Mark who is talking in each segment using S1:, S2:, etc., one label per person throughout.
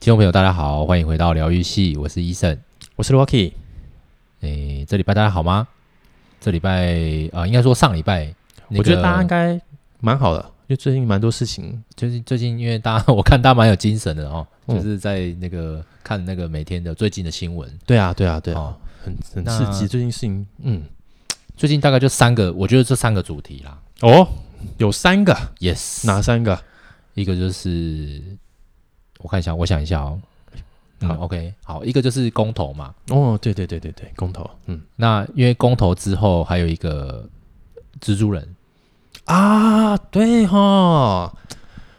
S1: 听众朋友，大家好，欢迎回到疗愈系，我是医生。
S2: 我是 Rocky。
S1: 诶，这礼拜大家好吗？这礼拜啊、呃应该说上礼拜、那个
S2: 我觉得大家应该蛮好的，因为最近蛮多事情，
S1: 就是最近，因为大家我看大家蛮有精神的哦，
S2: 嗯
S1: 就是在那个看那个每天的最近的新闻。
S2: 对啊，对啊，对啊，
S1: 哦
S2: 很很
S1: 那
S2: 刺激。最近事情，嗯，
S1: 最近大概就三个，我觉得这三个主题啦。
S2: 哦，有三个，
S1: Yes，
S2: 哪三个？
S1: 一个就是我看一下，我想一下哦。
S2: 嗯
S1: 好、o k 好，一个就是公投嘛。
S2: 哦，对对对对对，公投，嗯
S1: 那因为公投之后还有一个蜘蛛人
S2: 啊，对哈，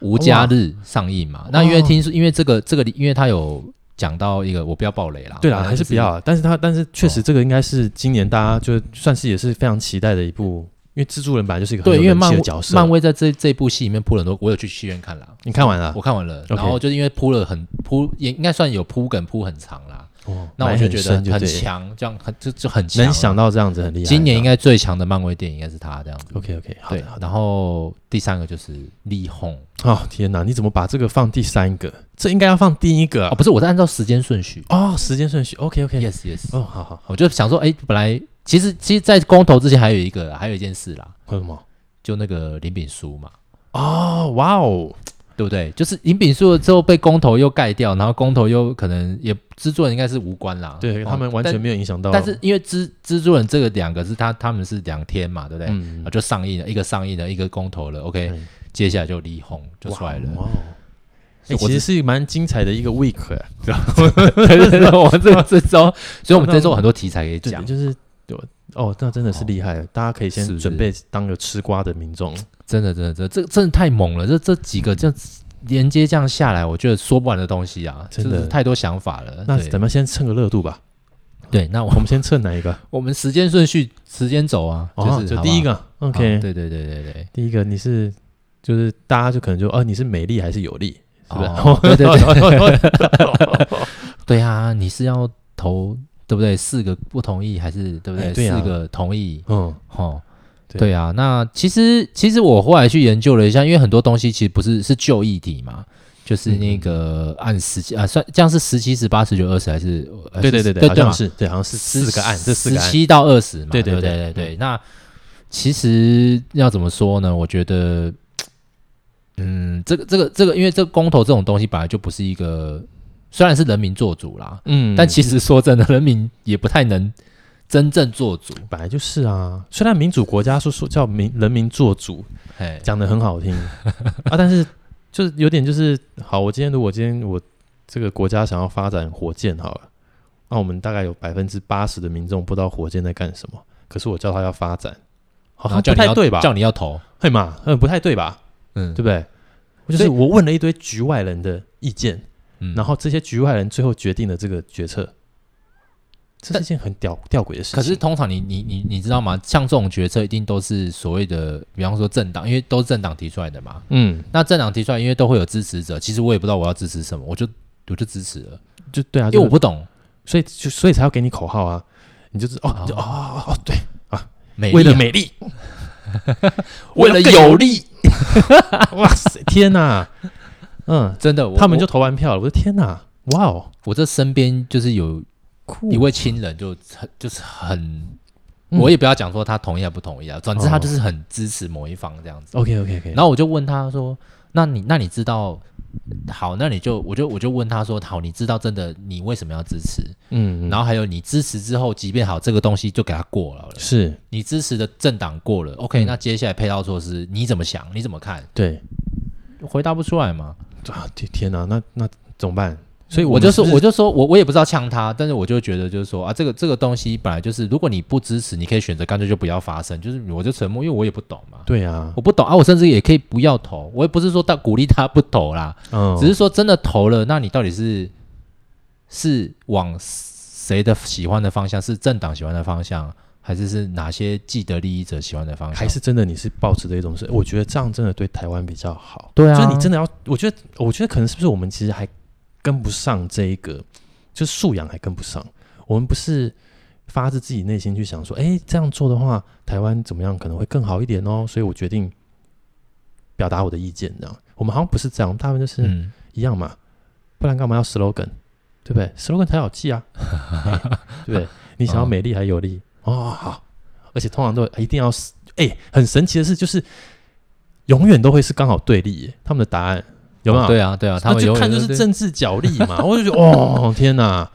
S1: 无家
S2: 哦
S1: 日上映嘛。那因为听说，因为这个这个里，因为他有讲到一个，我不要爆雷啦。
S2: 对啦，
S1: 反正
S2: 啊还是
S1: 就
S2: 不要啦。但是哦他，但是确实这个应该是今年大家就算是也是非常期待的一部，因为蜘蛛人本来就是一个很
S1: 对，
S2: 有
S1: 因为
S2: 人气
S1: 漫
S2: 的
S1: 威
S2: 角色。
S1: 漫威在这这部戏里面铺了很多，我有去戏院看啦，
S2: 你看完了
S1: 我？看完了，
S2: OK
S1: 然后就是因为铺了很铺，也应该算有铺梗铺很长啦，
S2: 哦，
S1: 那我
S2: 埋
S1: 就
S2: 很
S1: 觉
S2: 深就
S1: 得很
S2: 对了，
S1: 强，这样很就就很强啊。
S2: 能想到这样子很厉害。
S1: 今年应该最强的漫威电影应该是他这样子。
S2: OK OK，好
S1: 对
S2: 的好，的。
S1: 然后第三个就是力宏
S2: 哦天哪，你怎么把这个放第三个？这应该要放第一个
S1: 哦，
S2: 啊！
S1: 不是，我是按照时间顺序。
S2: 哦，时间顺序，OK OK，
S1: Yes Yes，
S2: 哦，好好，
S1: 我就想说，哎，本来其实其实，在公投之前还有一个啦，还有一件事啦，
S2: 为什么？
S1: 就那个林炳书嘛，
S2: 哦，哇哦，
S1: 对不对？就是林炳书了之后被公投又盖掉，然后公投又可能也制作人应该是无关啦，
S2: 对他们完全
S1: 有。
S2: 没有影响到，
S1: 哦但但是因为蜘蜘蛛人这个两个是他他们是两天嘛，对不对？
S2: 嗯
S1: 啊，就上映了，一个上映了，一个公投了，OK，、
S2: 嗯
S1: 接下来就李红就出来了。
S2: 哇哦，哎，
S1: 我
S2: 其
S1: 只
S2: 实是蛮精彩的一个 week，哎
S1: 对对对，我们这这周，所以我们 这周有很多题材可以
S2: 对
S1: 讲，
S2: 就是有哦，那真的是厉害了，大家可以
S1: 是啊
S2: 先
S1: 不是
S2: 准备当个吃瓜的民众，
S1: 真的真的真的，这真的太猛了，这这几个这样子连接这样下来，我觉得说不完的东西啊，
S2: 真
S1: 就
S2: 的
S1: 是太多想法了。
S2: 那
S1: 对
S2: 咱们先蹭个热度吧，
S1: 对，那我
S2: 我们先蹭哪 一个？
S1: 我们时间顺序时间走啊，
S2: 哦，
S1: 是
S2: 就
S1: 好不好
S2: 第一个
S1: 好
S2: ，OK，
S1: 对对对对对。
S2: 第一个你是就是大家就可能就哦，你是美丽还是有力？是哦不是？
S1: 哦对对
S2: 对，
S1: 对啊，你是要投对不对？四个不同意还是对不对？
S2: 哎对啊
S1: 四个同意，
S2: 嗯，
S1: 哦，
S2: 对
S1: 对啊。那其实其实我后来去研究了一下，因为很多东西其实不是是旧议题嘛，就是那个按时期啊，算这样是十七、十八、十九、二十还是？呃
S2: 对对对
S1: 是
S2: 对，好
S1: 对嘛
S2: 像是，对，好像是四个案，这四个
S1: 十
S2: 案，
S1: 七到二十嘛，
S2: 对
S1: 对
S2: 对
S1: 不
S2: 对嗯
S1: 对对对。那其实要怎么说呢？我觉得，嗯，这个这个这个，因为这个公投这种东西本来就不是一个，虽然是人民做主啦，
S2: 嗯
S1: 但其实说真的，人民也不太能真正做主。
S2: 本来就是啊，虽然民主国家说说叫民人民做主，
S1: 哎，
S2: 讲的很好听啊，但是就是有点就是，好，我今天如果今天我这个国家想要发展火箭好了，那我们大概有百分之八十的民众不知道火箭在干什么，可是我叫他要发展，好
S1: 然后叫
S2: 像哦不
S1: 你
S2: 太
S1: 要
S2: 对吧？
S1: 叫你要投，
S2: 会嘛，嗯，不太对吧？
S1: 嗯
S2: 对，不对？就
S1: 所以
S2: 是我问了一堆局外人的意见，
S1: 嗯
S2: 然后这些局外人最后决定了这个决策，这
S1: 但
S2: 是一件很吊吊诡的事情。
S1: 可是通常你你你你知道吗？像这种决策一定都是所谓的，比方说政党，因为都是政党提出来的嘛。
S2: 嗯，
S1: 那政党提出来，因为都会有支持者，其实我也不知道我要支持什么，我就我就支持了，
S2: 就对啊，
S1: 因为
S2: 就
S1: 我不懂
S2: 所以就所以才要给你口号啊，你就是哦
S1: 哦
S2: 你就哦哦哦对，
S1: 美
S2: 为
S1: 丽
S2: 了
S1: 啊，
S2: 美丽，
S1: 为了
S2: 更
S1: 有利，
S2: 啊哇 塞，天哪，嗯，
S1: 真的，我
S2: 他们就
S1: 我
S2: 投完票了，我的天哪，哇哦，
S1: 我这身边就是有
S2: 酷
S1: 一位亲人就很就是很。
S2: 哦嗯
S1: 我也不要讲说他同意还不同意啊，总之他
S2: 哦
S1: 就是很支持某一方这样子。
S2: ，OK OK OK，
S1: 然后我就问他说：“那你那你知道？好，那你就我就我就问他说：好，你知道真的你为什么要支持？
S2: 嗯，
S1: 然后
S2: 后
S1: 还有你支持之后，即便好这个东西就给他过了，
S2: 是
S1: 你支持的政党过了，OK，、
S2: 嗯
S1: 那接下来配套措施你怎么想？你怎么看？
S2: 对
S1: 回答不出来嘛？
S2: 啊，天天哪，那那怎么办？所以
S1: 我
S2: 们
S1: 就是说，
S2: 不是
S1: 我就说我我也不知道呛他，但是我就觉得就是说啊，这个这个东西本来就是，如果你不支持，你可以选择干脆就不要发生，就是我就沉默，因为我也不懂嘛。
S2: 对啊，
S1: 我不懂啊，我甚至也可以不要投，我也不是说他鼓励他不投啦，
S2: 嗯，
S1: 只是说真的投了，那你到底是是往谁的喜欢的方向？是政党喜欢的方向，还是是哪些既得利益者喜欢的方向？
S2: 还是真的你是抱持的一种是，我觉得这样真的对台湾比较好。
S1: 对啊
S2: 就是你真的要，我觉得，我觉得可能是不是我们其实还跟不上这一个，就是素养还跟不上。我们不是发自自己内心去想说，哎、这样做的话，台湾怎么样可能会更好一点哦？所以我决定表达我的意见，这样。我们好像不是这样，大部分就是
S1: 嗯，
S2: 一样嘛。不然干嘛要 slogan？对不对？slogan 才好 记啊，哎对不对？你想要美丽还有力哦，好，而且通常都一定要是，哎，很神奇的是，就是永远都会是刚好对立耶，他们的答案有没有？
S1: 对啊，对啊，他
S2: 那
S1: 们
S2: 就
S1: 永
S2: 看
S1: 远
S2: 就是
S1: 都
S2: 政治角力 嘛，我就觉得哦天哪，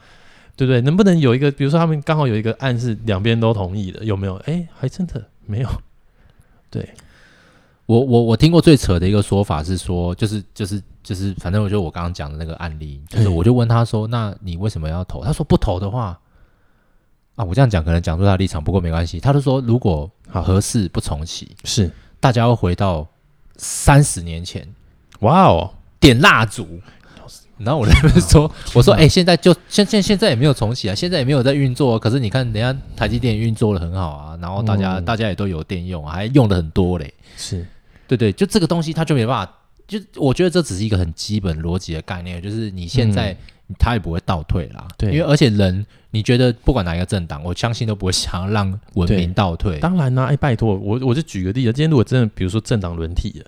S2: 对不对？能不能有一个，比如说他们刚好有一个案是两边都同意的，有没有？哎，还真的没有。
S1: 我我我听过最扯的一个说法是说，就是就是就是，反正我就我刚刚讲的那个案例，就是
S2: 嗯
S1: 我就问他说，那你为什么要投？他说不投的话，啊，我这样讲可能讲出他的立场，不过没关系。他就说，如果
S2: 好
S1: 合适不重启，
S2: 是，
S1: 大家要回到三十年前
S2: 哇哦，
S1: 点蜡烛。然后我那边说，我说，
S2: 天
S1: 哎、现在就现现现在也没有重启啊，现在也没有在运作，可是你看人家台积电运作的很好啊，然后大家、
S2: 嗯
S1: 大家也都有电用啊，还用的很多嘞。
S2: 是
S1: 对对，就这个东西它就没办法，就我觉得这只是一个很基本逻辑的概念，就是你现在它也不会倒退啦。
S2: 嗯对
S1: 因为而且人，你觉得不管哪一个政党，我相信都不会想要让文
S2: 对
S1: 明倒退。
S2: 当然啦、哎，拜托，我我就举个例子，今天如果真的，比如说政党轮替了，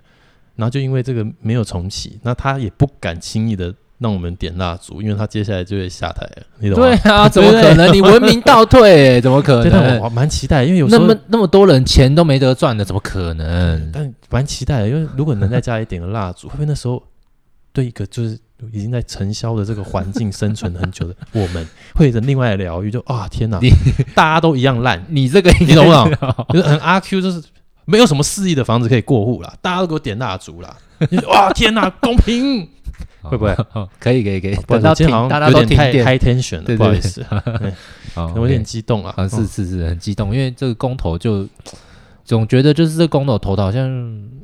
S2: 然后就因为这个没有重启，那他也不敢轻易的让我们点蜡烛，因为他接下来就会下台了，你懂吗？
S1: 对 啊，怎么可能？你文明倒退、怎么可
S2: 对，但
S1: 能
S2: 我？我蛮期待，因为有时
S1: 那
S2: 候
S1: 么那么多人钱都没得赚的，怎么可能？
S2: 但蛮期待的，因为如果能在家里点个蜡烛，会不会那时候对一个就是已经在尘嚣的这个环境生存很久的我们，会有另外的疗愈？就啊，天 哪
S1: 你，
S2: 大家都一样烂，
S1: 你 这个
S2: 你懂不懂
S1: 应该是？
S2: 就是很阿 Q，就是没有什么四亿的房子可以过户啦，大家都给我点蜡 烛啦。你就哇，天哪，公平！会不会？
S1: 可以可以可以，
S2: 不
S1: 哎
S2: 好
S1: 等到
S2: 意思，我今
S1: 停
S2: 天好，
S1: 大
S2: 像
S1: 家都
S2: 有
S1: 哎
S2: 点
S1: 停
S2: 太
S1: 电，
S2: 太 tension 了，
S1: 对对
S2: 不好意思，
S1: 好
S2: 我有
S1: OK
S2: 点哦激动了
S1: 啊，。是是是，很激动，因为这个公投就总觉得就是这个公投投的好像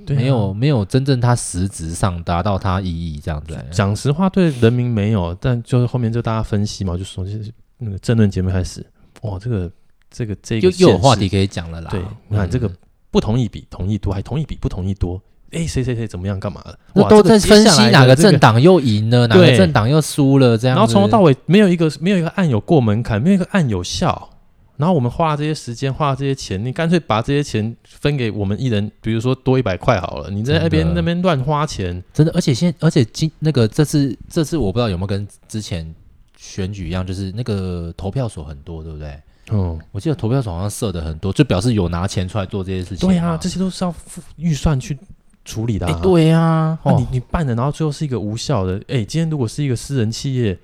S2: 对啊
S1: 没有、没有真正它实质上达到它意义这样子。
S2: 讲实话，对人民没有，但就是后面就大家分析嘛，就说就是那个政论节目开始，哇，这个这个这个
S1: 又又有
S2: 县
S1: 话
S2: 市
S1: 题，可以讲了啦。
S2: 对，你看
S1: 嗯
S2: 这个不同意比同意多，还同意比不同意多，哎，谁谁谁怎么样干嘛的，
S1: 那
S2: 哇，
S1: 都
S2: 这个
S1: 在分
S2: 接下
S1: 析
S2: 来
S1: 哪个
S2: 的这
S1: 政。党又赢了，哪
S2: 对
S1: 个政党又输了这样
S2: 然
S1: 子。
S2: 后从头到尾没有一个没有一个按有过门槛，没有一个按有效。然后我们花了这些时间，花了这些钱，你干脆把这些钱分给我们一人，比如说多一百块好了。你在那边
S1: 真的
S2: 那边乱花钱，
S1: 真的，而且现而且今那个这次这次我不知道有没有跟之前选举一样，就是那个投票所很多，对不对？
S2: 嗯，
S1: 我记得投票所好像设的很多，就表示有拿钱出来做这些事情嘛。
S2: 对啊，这些都是要付预算去处理的、
S1: 哎、
S2: 啊。
S1: 对啊，
S2: 那
S1: 哦
S2: 你你办的，然后最后是一个无效的。哎、今天如果是一个私人企业，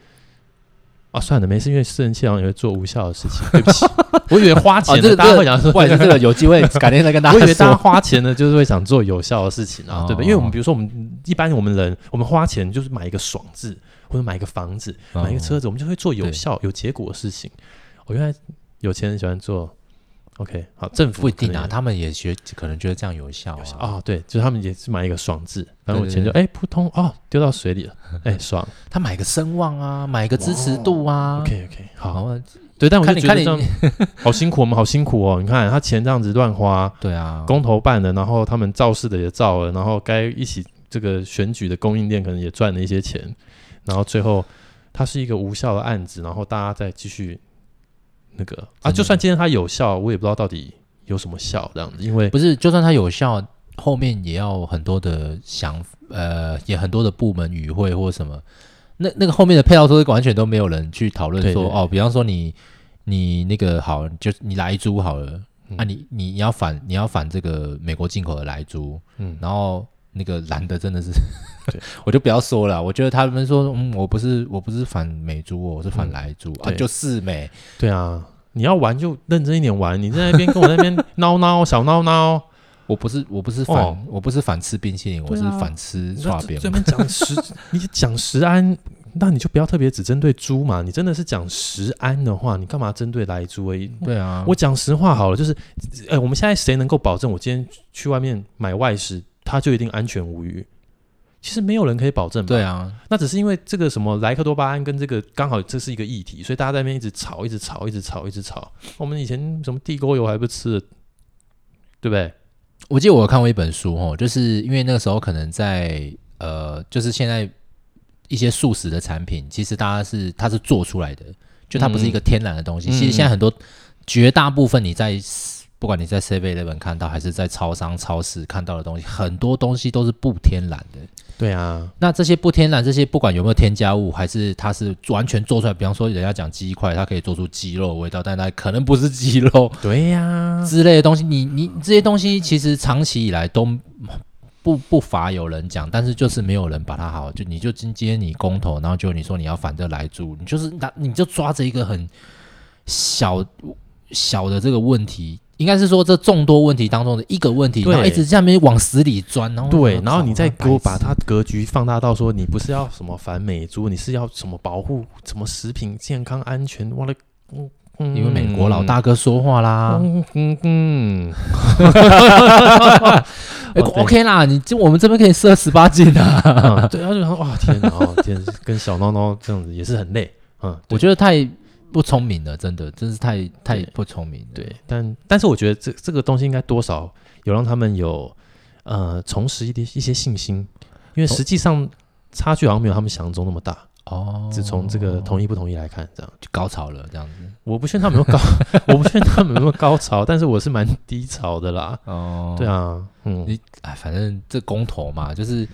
S2: 啊，算了，没事，因为私人企业好像也会做无效的事情。对 不起，我以为花钱
S1: 哦这
S2: 的，
S1: 个
S2: 大家会想说，
S1: 不好意思，这个有机会改天再跟大
S2: 我以
S1: 家
S2: 为大家
S1: 说。
S2: 花钱呢，就是会想做有效的事情啊，对不
S1: 哦
S2: 对？因为我们比如说，我们一般我们人，我们花钱就是买一个爽字，或者买一个房子，
S1: 哦
S2: 买一个车子，我们就会做有效、有结果的事情。我原来有钱人喜欢做，OK，好，政府
S1: 不一定
S2: 可能
S1: 啊，
S2: 也
S1: 他们也觉可能觉得这样有效啊。
S2: 啊，对，就是他们也是买一个爽字，反正我
S1: 对对
S2: 钱就哎扑通哦丢到水里了，哎爽
S1: 他买个声望啊，买个支持度啊。
S2: ，OK OK，好，
S1: 好啊，
S2: 对，但我就
S1: 看你
S2: 觉得这
S1: 看
S2: 样 好辛苦，我们好辛苦哦，你看他钱这样子乱花，
S1: 对啊，
S2: 公投办了，然后他们造势的也造了，然后该一起这个选举的供应链可能也赚了一些钱，然后最后它是一个无效的案子，然后大家再继续那个啊，
S1: 真的
S2: 就算今天它有效，我也不知道到底有什么效这样子，因为
S1: 不是，就算它有效，后面也要很多的想，呃，也很多的部门与会或什么。那那个后面的配套措施完全都没有人去讨论
S2: 对
S1: 说，
S2: 对
S1: 哦，比方说你你那个好，就你来租好了，
S2: 嗯
S1: 啊你，你你要反你要反这个美国进口的来租，
S2: 嗯，
S1: 然后那个蓝的真的是
S2: 对，
S1: 我就不要说了。我觉得他们说，嗯，我不是我不是反美猪哦，我是反莱猪、啊，
S2: 嗯对
S1: 就是美。
S2: 对啊，你要玩就认真一点玩，你在那边跟我在那边闹闹小闹闹，
S1: 我不是我不是反、
S2: 哦
S1: 我不是反吃冰淇淋，我
S2: 对
S1: 是
S2: 啊
S1: 反吃
S2: 你
S1: 刷
S2: 这
S1: 边
S2: 这。边讲食，你讲食安，那你就不要特别只针对猪嘛，你真的是讲食安的话，你干嘛针对来猪而已？
S1: 对啊，
S2: 我讲实话好了，就是，呃，我们现在谁能够保证我今天去外面买外食，它就一定安全无虞？其实没有人可以保证吧。
S1: 对啊，
S2: 那只是因为这个什么莱克多巴胺跟这个刚好这是一个议题，所以大家在那边一直吵，一直吵，一直吵，一直吵。我们以前什么地沟油还不吃，对不对？
S1: 我记得我有看过一本书哦，就是因为那个时候可能在呃，就是现在一些素食的产品，其实大家是它是做出来的，就它不是一个天然的东西。
S2: 嗯
S1: 其实现在很多绝大部分你在不管你在 Seven Eleven 看到，还是在超商、超市看到的东西，很多东西都是不天然的。
S2: 对啊，
S1: 那这些不天然，这些不管有没有添加物，还是它是完全做出来，比方说人家讲鸡块，它可以做出鸡肉的味道，但它可能不是鸡肉
S2: 对呀、
S1: 之类的东西。你你这些东西其实长期以来都不不乏有人讲，但是就是没有人把它好好，就你就今天你公投，然后就你说你要反对来住，你就是拿你就抓着一个很小小的这个问题。应该是说，这众多问题当中的一个问题，
S2: 对
S1: 然后一直下面往死里钻，然后
S2: 对，然后你再给我
S1: 白
S2: 把
S1: 痴
S2: 它格局放大到说，你不是要什么反美猪，你是要什么保护什么食品健康安全？我的，嗯嗯
S1: 因为美国老大哥说话啦。
S2: 嗯嗯嗯，
S1: 哎、
S2: 哦对
S1: o k 啦，你就我们这边可以设十八禁啊。
S2: 嗯 对，他就想哇天哪， 哦天，跟小孬孬这样子也是很累，嗯，
S1: 我
S2: 对
S1: 觉得太不聪明了，真的，真是太太不聪明了。
S2: 对，但但是我觉得这这个东西应该多少有让他们有呃重拾一些一些信心，因为实际上差距好像没有他们想象中那么大，
S1: 哦，
S2: 只从这个同意不同意来看，这样。
S1: 就高潮了这样子。
S2: 我不劝他们有没有高， 我不劝他们有没有高潮，但是我是蛮低潮的啦。
S1: 哦，
S2: 对，啊，嗯，
S1: 哎，反正这公投嘛，就是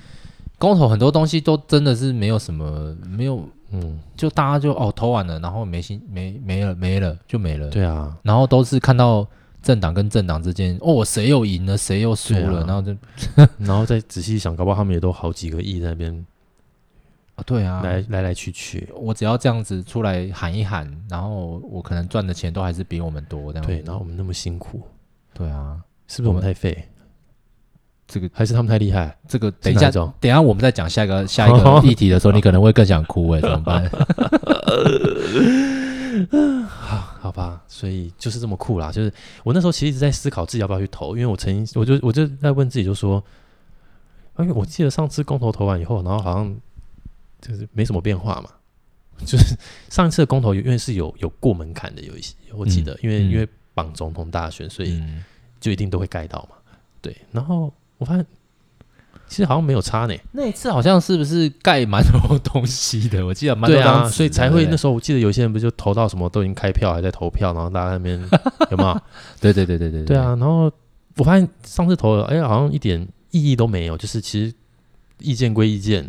S1: 公投很多东西都真的是没有什么，没有，
S2: 嗯，
S1: 就大家就哦投完了，然后没心没没了没了就没了。
S2: 对啊，
S1: 然后都是看到政党跟政党之间，哦，谁又赢了，谁又输了，
S2: 对啊
S1: 然后就
S2: 然后再仔细想，搞不好他们也都好几个亿在那边
S1: 啊，对啊，
S2: 来来来去去。
S1: 我只要这样子出来喊一喊，然后我可能赚的钱都还是比我们多这样。
S2: 对，然后我们那么辛苦，
S1: 对啊，
S2: 是不是我们太废？
S1: 这个
S2: 还是他们太厉害？
S1: 这个等一下，
S2: 是哪种
S1: 等一下我们再讲下一个下一 个议题的时候，你可能会更想哭哎、怎么办？
S2: 好吧，所以就是这么酷啦。就是我那时候其实一直在思考自己要不要去投，因为我曾经我就我就在问自己，就说，因为我记得上次公投投完以后，然后好像就是没什么变化嘛。 就是上一次的公投，因为是有有过门槛的，有一些我记得，因为
S1: 嗯
S2: 因为绑总统大选，所以
S1: 嗯，
S2: 就一定都会盖到嘛。对，然后我发现其实好像没有差呢。
S1: 那一次好像是不是盖蛮多东西的？我记得蛮多
S2: 对
S1: 张纸
S2: 啊，
S1: 的
S2: 所以才会
S1: 对
S2: 那时候我记得有些人不就投到什么都已经开票还在投票，然后大家在 那边有没有？
S1: 对对对对对
S2: 对啊，，然后我发现上次投了，哎、好像一点意义都没有，就是其实意见归意见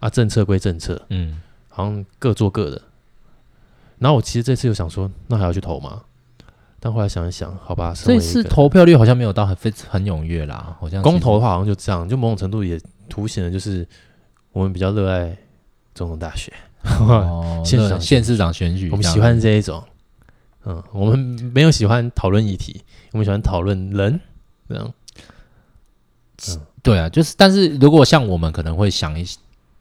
S2: 啊，政策归政策，
S1: 嗯，
S2: 好像各做各的。然后我其实这次又想说，那还要去投吗？但后来想一想，好吧，身
S1: 嗯这
S2: 为
S1: 一
S2: 一
S1: 次
S2: 个
S1: 投票率好像没有到很非很踊跃啦，好像
S2: 公投的话，好像就这样，就某种程度也凸显了，就是我们比较热爱总统大选，
S1: 哦，
S2: 县市
S1: 对
S2: 长
S1: 县市长选举，
S2: 我们
S1: 这样
S2: 喜欢这一种。嗯，我们没有喜欢讨论议题，我们喜欢讨论人，这样。
S1: 对啊，就是，但是如果像我们可能会想一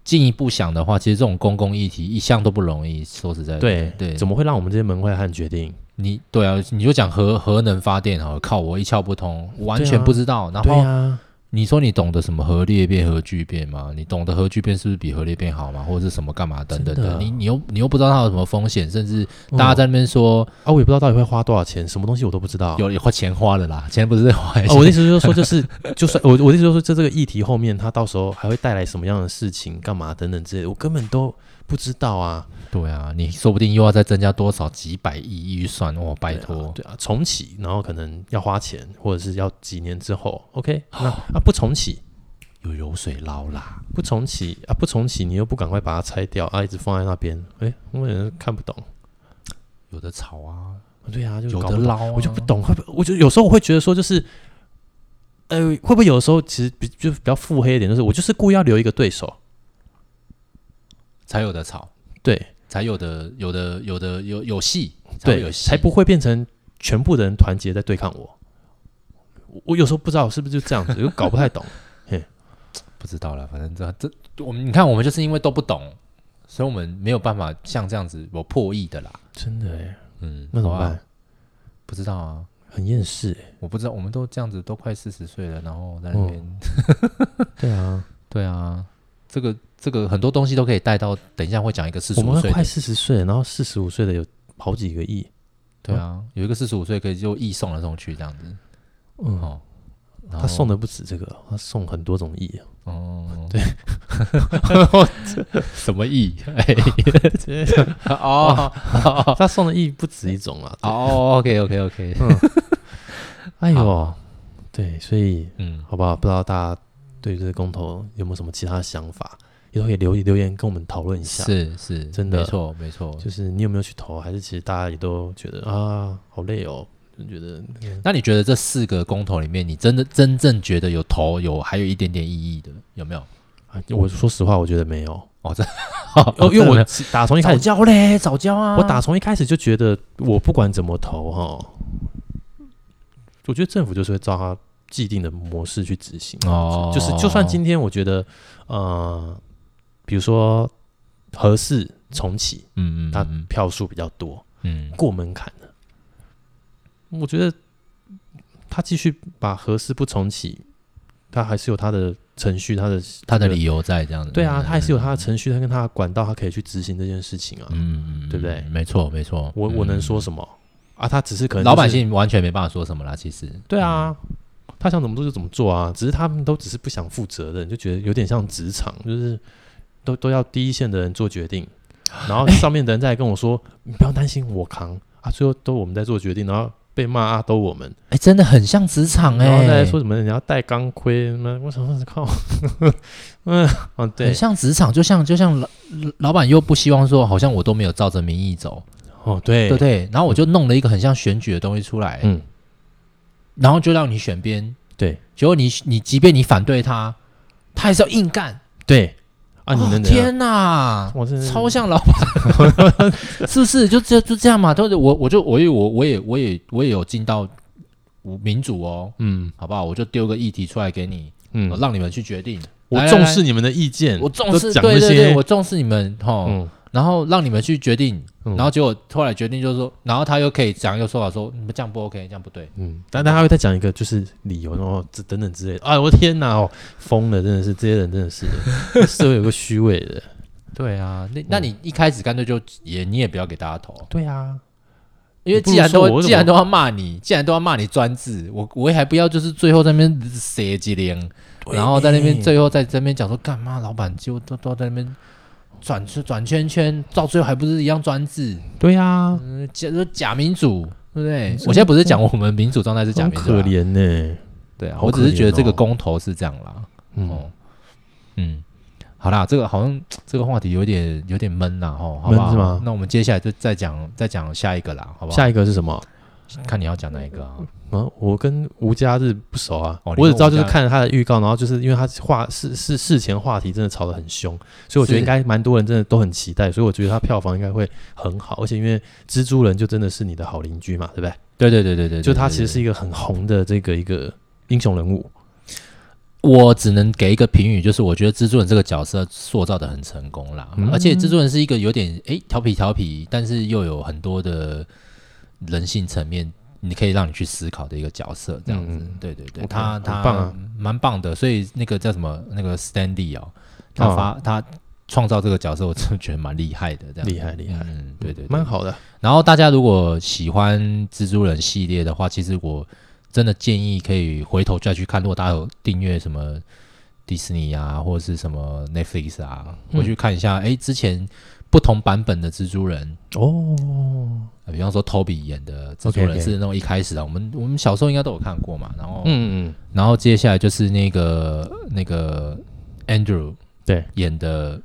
S1: 进一步想的话，其实这种公共议题一向都不容易。说实在的，
S2: 对
S1: 对
S2: 怎么会让我们这些门外汉决定？
S1: 你对啊，你就讲核核能发电哦，靠，我一窍不通，完全不知道。然
S2: 对
S1: 后
S2: 啊，
S1: 你说你懂得什么核裂变、核聚变吗？你懂得核聚变是不是比核裂变好吗？或者是什么干嘛等等
S2: 真
S1: 的？
S2: 的
S1: 你你又你又不知道它有什么风险，甚至
S2: 嗯
S1: 大家在那边说、
S2: 啊，我也不知道到底会花多少钱，什么东西我都不知道。哦
S1: 有有花钱花了啦，钱不是花
S2: 啊，我的意思就是说，就是 就算我我的意思就是说，这这个议题后面它到时候还会带来什么样的事情，干嘛等等之类的，我根本都不知道啊。
S1: 对啊，你说不定又要再增加多少几百亿预算哦，拜
S2: 对啊
S1: 托。
S2: 对啊，重启，然后可能要花钱，或者是要几年之后，OK？那啊不重启，
S1: 有油水捞啦，
S2: 不重启啊不重启，你又不赶快把它拆掉啊，一直放在那边，哎，我也看不懂。
S1: 有的炒啊，
S2: 对啊，就
S1: 有
S2: 搞
S1: 的
S2: 不懂
S1: 捞、啊，
S2: 我就不。懂，会不会？我就有时候我会觉得说，就是，呃，会不会有的时候其实比就比较腹黑一点，就是我就是故意要留一个对手，
S1: 才有的炒，
S2: 对
S1: 才有的有的有的有有戏，才会
S2: 对，
S1: 有戏，
S2: 才不会变成全部的人团结在对抗我。我我有时候不知道是不是就这样子，就搞不太懂。
S1: 不知道了。反正这这我们你看，我们就是因为都不懂，所以我们没有办法像这样子有破译的啦。
S2: 真的哎，
S1: 嗯，
S2: 那怎么
S1: 好
S2: 办
S1: 吧？？不知道啊，
S2: 很厌世哎。
S1: 我不知道，我们都这样子都快四十岁了，然后在
S2: 哦
S1: 那边，
S2: 对啊，
S1: 对啊，这个这个很多东西都可以带到，等一下会讲一个四十
S2: 我
S1: 五
S2: 们
S1: 岁
S2: 快
S1: 的，
S2: 四十岁了，然后四十五岁的有好几个亿。
S1: 对啊，有一个四十五岁可以就易送来送去这样子，
S2: 嗯，
S1: 哦，然后
S2: 他送的不止这个，他送很多种亿。
S1: 哦，
S2: 对，
S1: 什么意？ 哦哎，哦
S2: 他送的亿不止一种啊。
S1: 嗯哦，OK OK OK，
S2: 哎呦
S1: 好，
S2: 对，所以
S1: 嗯，
S2: 好不好？不知道大家对这个公投有没有什么其他想法，也都可以留留言跟我们讨论一下。
S1: 是是，
S2: 真的
S1: 没错没错。
S2: 就是你有没有去投，还是其实大家也都觉得啊，好累哦，就觉得嗯
S1: 那你觉得这四个公投里面，你真的真正觉得有投有还有一点点意义的，有没有？
S2: 啊，我说实话，我觉得没有
S1: 哦真
S2: 哦，因为
S1: 真的没
S2: 我
S1: 有
S2: 打从一开
S1: 早
S2: 始，
S1: 教嘞，早教啊！
S2: 我打从一开始就觉得，我不管怎么投哈，嗯我觉得政府就是会照他既定的模式去执行。
S1: 哦，
S2: 就是就算今天我觉得，呃，比如说合适重启，
S1: 嗯嗯
S2: 它
S1: 嗯
S2: 票数比较多，
S1: 嗯
S2: 过门槛了，我觉得他继续把合适不重启，他还是有他的程序，他的
S1: 他的
S2: 这个
S1: 理由在这样子，
S2: 对啊，他还是有他的
S1: 嗯
S2: 程序，他跟他的管道，他可以去执行这件事情啊。
S1: 嗯，嗯
S2: 对不对
S1: 没错没错，
S2: 我我能
S1: 嗯
S2: 说什么啊？他只是可能
S1: 老
S2: 就是
S1: 百姓完全没办法说什么啦，其实
S2: 对啊，他想怎么做就怎么做啊，只是他们都只是不想负责任，就觉得有点像职场，就是都都要第一线的人做决定，然后上面的人再来跟我说，你不要担心，我扛啊，最后都我们在做决定，然后被骂啊，都我们，
S1: 哎、真的很像职场
S2: 然后再
S1: 哎、
S2: 来说什么你要戴钢盔，那我想说靠， 嗯，哦对
S1: 很，像职场，就像就像老老板又不希望说，好像我都没有照着民意走，
S2: 哦对
S1: 对不对？然后我就弄了一个很像选举的东西出来，
S2: 嗯
S1: 然后就让你选边，
S2: 对
S1: 结果你你即便你反对他，他还是要硬干
S2: 对啊，你嗯能
S1: 哦
S2: 怎样，
S1: 天哪！
S2: 我真的是
S1: 超像老板， 是不是？就就就这样嘛，对不对？我我就我也我我也我也我也有进到民主哦，
S2: 嗯
S1: 好不好？我就丢个议题出来给你，
S2: 嗯
S1: 我，让你们去决定。
S2: 我
S1: 来来
S2: 重
S1: 来
S2: 视你们的意见，
S1: 我重视
S2: 嗯都，讲
S1: 对
S2: 这
S1: 对对，
S2: 些
S1: 我，重视你们哈，
S2: 嗯
S1: 然后让你们去决定，
S2: 嗯
S1: 然后结果后来决定就是说，然后他又可以讲一个说法说，你们这样不 OK，这样不对，
S2: 嗯，但但他会再讲一个就是理由，然后这等等之类的。啊，我的天哪，哦，疯了，真的是这些人真的是 社会有个虚伪的。
S1: 对啊，那那你一开始干脆就也你也不要给大家投，
S2: 对啊，
S1: 因为
S2: 你不
S1: 既然
S2: 如说我
S1: 都
S2: 为什么
S1: 既然都要骂你，既然都要骂你专制，我我也还不要就是最后在那边写几零，然后在那边最后在这边讲说干嘛，老板就都都在那边转圈转圈圈，到最后还不是一样专制，
S2: 对啊，
S1: 嗯，假都假民主，对不对？我现在不是讲我们民主状态是假
S2: 嗯很
S1: 民主啊，
S2: 可怜呢、
S1: 对啊，
S2: 好
S1: 我只是
S2: 可
S1: 觉得
S2: 怜
S1: 这个
S2: 哦
S1: 公投是这样啦。
S2: 嗯，
S1: 哦，嗯，好啦，这个好像这个话题有点有点闷啦，吼，好不
S2: 闷
S1: 好？
S2: 是吗
S1: 那我们接下来就再讲再讲下一个啦，好不好？
S2: 下一个是什么？
S1: 看你要讲哪一个啊？
S2: 啊，我跟吴家日不熟啊，
S1: 哦你跟
S2: 我只知道就是
S1: 吴家
S2: 看了他的预告，然后就是因为他话事事事前话题真的吵得很凶，所以我觉
S1: 是
S2: 得应该蛮多人真的都很期待，所以我觉得他票房应该会很好，而且因为蜘蛛人就真的是你的好邻居嘛，对不对？
S1: 对对对对对，
S2: 就
S1: 对
S2: 他
S1: 对
S2: 其实是
S1: 对
S2: 一个很红的这个一个英雄人物。
S1: 我只能给一个评语，就是我觉得蜘蛛人这个角色塑造的很成功啦，
S2: 嗯
S1: 而且蜘蛛人是一个有点诶调皮调皮，但是又有很多的人性层面。你可以让你去思考的一个角色，这样子，
S2: 嗯
S1: 对对对，
S2: OK，
S1: 他
S2: 很
S1: 他
S2: 棒啊
S1: 蛮棒的，所以那个叫什么那个 Standy 哦，他发、他创造这个角色，我真的觉得蛮厉害的，这样子
S2: 嗯厉害厉害
S1: 嗯，对对对
S2: 蛮好的。
S1: 然后大家如果喜欢蜘蛛人系列的话，其实我真的建议可以回头再去看。如果大家有订阅什么迪士尼啊，或者是什么 Netflix 啊，
S2: 嗯
S1: 回去看一下。哎、之前不同版本的蜘蛛人，
S2: 哦，
S1: 呃比方说 Toby 演的蜘蛛
S2: OK，OK
S1: 人是那种一开始啊，我们我们小时候应该都有看过嘛。然后，
S2: 嗯嗯，
S1: 然后接下来就是那个那个 Andrew
S2: 对，
S1: 演的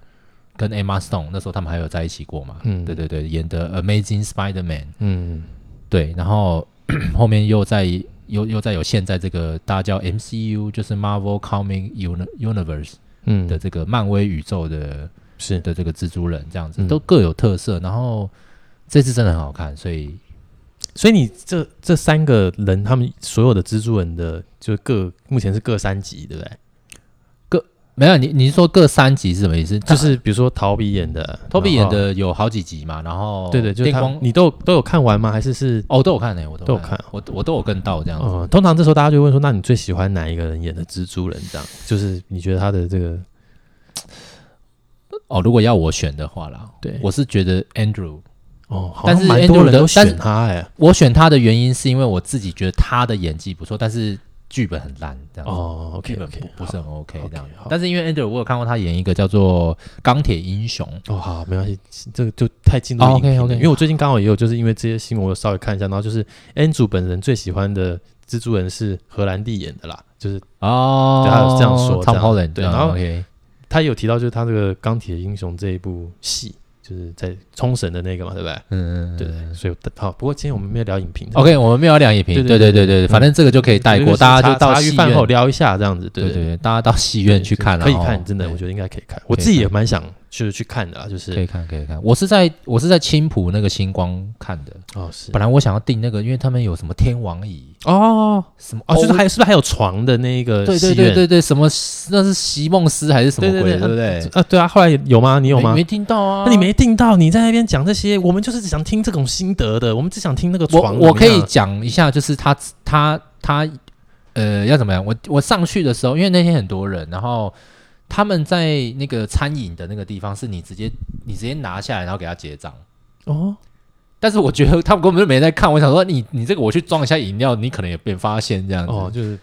S1: 跟 Emma Stone 那时候他们还有在一起过嘛？
S2: 嗯
S1: 对对对，演的 Amazing Spider-Man。
S2: 嗯
S1: 对，然后 后面又在又又在有现在这个大家叫 MCU，就是 Marvel Comic Uni- Universe
S2: 嗯
S1: 的这个漫威宇宙的
S2: 是
S1: 的这个蜘蛛人这样子，
S2: 嗯
S1: 都各有特色。然后这次真的很好看，所以
S2: 所以你这这三个人，他们所有的蜘蛛人的，就各目前是各三集，对不
S1: 啊
S2: 对？
S1: 没有你你是说各三集是什么意思？
S2: 就是比如说陶比演的，哦
S1: 托比演
S2: 然后，
S1: 的有好几集嘛，然后
S2: 对对，就是
S1: 电
S2: 他
S1: 光，
S2: 你都有都有看完吗？还是是？
S1: 哦，我都有看呢、我
S2: 都
S1: 都
S2: 有看
S1: 我我都有跟到这样子。
S2: 呃，通常这时候大家就会问说，那你最喜欢哪一个人演的蜘蛛人？这样就是你觉得他的这个
S1: 哦，如果要我选的话啦，
S2: 对
S1: 我是觉得 Andrew，
S2: 哦，好
S1: 但
S2: 像
S1: 是
S2: 蛮多
S1: Andrew 的
S2: 人都
S1: 但是
S2: 选他哎，
S1: 我选他的原因是因为我自己觉得他的演技不错，但是剧本很烂，这样子。
S2: 哦
S1: 剧
S2: ，OK
S1: 本
S2: OK，
S1: 不不是很 OK 这样
S2: OK，好
S1: 但是因为 Andrew 我有看过他演一个叫做《钢铁英雄》，
S2: 哦，好，没关系，这个就太进入
S1: 哦
S2: 影评了
S1: OK，OK
S2: 因为我最近刚好也有，就是因为这些新闻，我有稍微看一下，然后就是 Andrew 本人最喜欢的蜘蛛人是荷兰弟演的啦，就是
S1: 哦，
S2: 对他有这样说这
S1: Tom
S2: 样
S1: Holland，
S2: 对然后
S1: OK，
S2: 他有提到，就是他这个钢铁英雄这一部戏，就是在冲绳的那个嘛，对不对？
S1: 嗯，嗯嗯
S2: 对对，所以我好，不过今天我们没有聊影评
S1: ，OK，我们没有要聊影评，
S2: 对
S1: 对
S2: 对
S1: 对对
S2: 对
S1: 对，
S2: 嗯
S1: 反正这个就可以带过，
S2: 是
S1: 大家
S2: 茶
S1: 就到
S2: 茶余
S1: 戏
S2: 饭后
S1: 院，
S2: 聊一下这样子，对
S1: 对
S2: 对
S1: 对，大家到戏院去看了，
S2: 可以
S1: 哦
S2: 看，真的，
S1: 对
S2: 我觉得应该可以看。
S1: 以
S2: 我自己也
S1: 看
S2: 蛮想就是去看的啦，就
S1: 可
S2: 是
S1: 以看，可以看。我是在我是在青浦那个星光看的，
S2: 哦是
S1: 本来我想要订那个，因为他们有什么天王椅，
S2: 哦
S1: 什么
S2: 哦，就是
S1: 欧
S2: 还是不是还有床的那个
S1: 对对
S2: 戏
S1: 对
S2: 院
S1: 对对，什么那是席梦思还是什么鬼的，对
S2: 对
S1: 不
S2: 对
S1: 对？
S2: 啊？对啊，后来有吗？你有
S1: 没
S2: 吗
S1: 没？听到啊？
S2: 那你没订到，你在那边讲这些，我们就是只想听这种心得的，我们只想听那个
S1: 我
S2: 床。
S1: 我可以讲一下，就是他他他呃要怎么样？我我上去的时候，因为那天很多人，然后他们在那个餐饮的那个地方，是你直接你直接拿下来，然后给他结账。
S2: 哦，
S1: 但是我觉得他们根本就没在看，我想说你你这个我去装一下饮料，你可能也被发现这样子。
S2: 哦，就是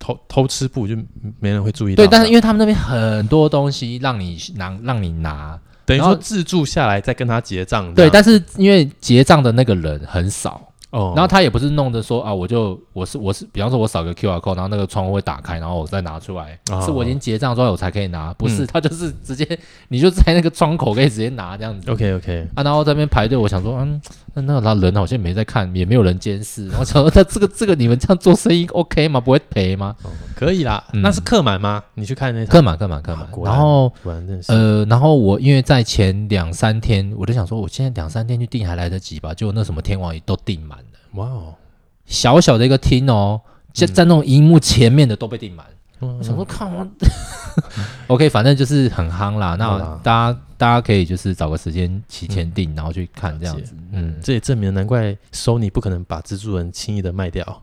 S2: 偷偷吃不就没人会注意
S1: 嗯
S2: 到。
S1: 对，但是因为他们那边很多东西让你拿，让你拿。
S2: 等于
S1: 然
S2: 说
S1: 后
S2: 自助下来再跟他结账
S1: 嗯
S2: 这
S1: 对，啊
S2: 样。
S1: 但是因为结账的那个人很少，
S2: 哦，
S1: 然后他也不是弄着说啊，我就我是我是，比方说我扫个 QR code，然后那个窗户会打开，然后我再拿出来，
S2: 哦
S1: 是我已经结账之后我才可以拿，不是
S2: 嗯
S1: 他就是直接你就在那个窗口可以直接拿这样子。
S2: OK OK，
S1: 啊，然后在那边排队，我想说，嗯，那那那人好像没在看，也没有人监视。我想说，那这个这个你们这样做生意 OK 吗？不会赔吗？
S2: 哦可以啦。
S1: 嗯
S2: 那是客满吗？你去看那场，
S1: 干嘛干嘛干嘛
S2: 啊？果
S1: 然后
S2: 果然认识。
S1: 呃，然后我因为在前两三天，我就想说，我现在两三天去订还来得及吧？结果那什么天王椅都订满了，
S2: 哇哦，
S1: 小小的一个厅哦，就
S2: 嗯
S1: 在那种荧幕前面的都被订满。我想说，看我 ，OK，反正就是很夯啦。
S2: 好
S1: 那
S2: 啦嗯
S1: 大家大家可以就是找个时间提前订，然后去看这样
S2: 了解
S1: 子。嗯，
S2: 这也证明了难怪 Sony 不可能把蜘蛛人轻易的卖掉，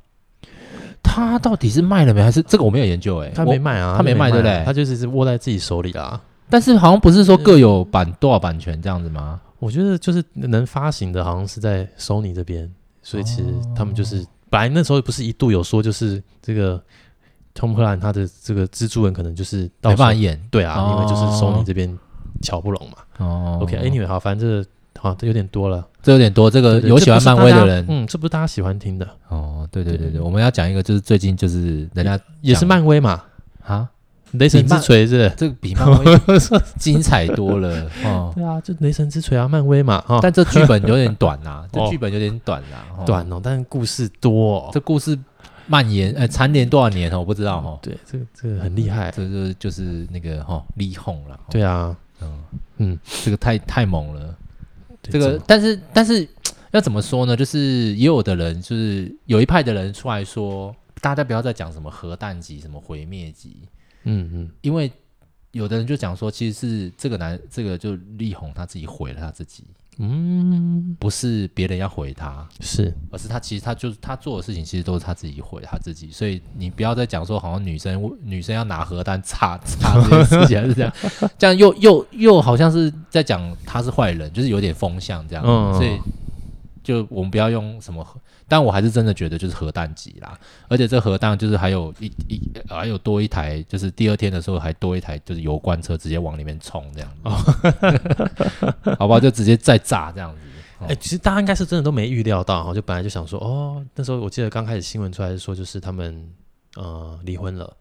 S1: 他到底是卖了没？还是这个我没有研究哎、
S2: 他
S1: 我
S2: 没卖啊，
S1: 他没卖
S2: 啊
S1: 对不对
S2: 他就是握在自己手里啦。
S1: 但是好像不是说各有版多少版权这样子吗？
S2: 我觉得就是能发行的，好像是在 Sony 这边，所以其实他们
S1: 哦
S2: 就是、本来那时候不是一度有说，就是这个 Tom h o l a n 他的这个蜘蛛人可能就是到
S1: 没办法
S2: 时候
S1: 演
S2: 对啊，
S1: 哦
S2: 因为就是 Sony 这边瞧不拢嘛。
S1: 哦。
S2: OK，Anyway，、好，反正这个好，这有点多了。
S1: 这有点多。这个
S2: 对对
S1: 呃有
S2: 这
S1: 喜欢
S2: 不是
S1: 漫威
S2: 大家
S1: 的人，
S2: 嗯，这不是大家喜欢听的，
S1: 哦，对对对
S2: 对嗯
S1: 对，我们要讲一个，就是最近就是人家
S2: 也是漫威嘛，
S1: 啊，
S2: 雷神之锤是不是。
S1: 这个比 漫威精彩多了哦。
S2: 对啊，就雷神之锤啊，漫威嘛，哈、
S1: 但这剧本有点短啦，这
S2: 哦
S1: 剧本有点短啦，哦，
S2: 短哦，但是故事多、哦。
S1: 这故事蔓延呃缠连多少年哦，我不知道哦。
S2: 对，这个这个很厉害。
S1: 这这就是那个哈力宏了，哦
S2: 对啊，
S1: 嗯
S2: 嗯，
S1: 这个太太猛了。
S2: 对
S1: 这个，但是但是要怎么说呢？就是也有的人，就是有一派的人出来说，大家不要再讲什么核弹级、什么毁灭级，
S2: 嗯嗯，
S1: 因为有的人就讲说，其实是这个男，这个就力宏他自己毁了他自己，
S2: 嗯，
S1: 不是别人要毁他，
S2: 是
S1: 而是他其实他就是他做的事情，其实都是他自己毁他自己。所以你不要再讲说，好像女生女生要拿核弹插插这件事情，还是这样，这样又又又好像是在讲他是坏人，就是有点风向这样。
S2: 嗯
S1: 所以就我们不要用什么核，但我还是真的觉得就是核弹级啦。而且这核弹就是还有一一还有多一台，就是第二天的时候还多一台就是油罐车直接往里面冲这样子， 好不好？就直接再炸这样子。哦
S2: 哎、其实大家应该是真的都没预料到哈，就本来就想说，哦，那时候我记得刚开始新闻出来是说，就是他们呃离婚了，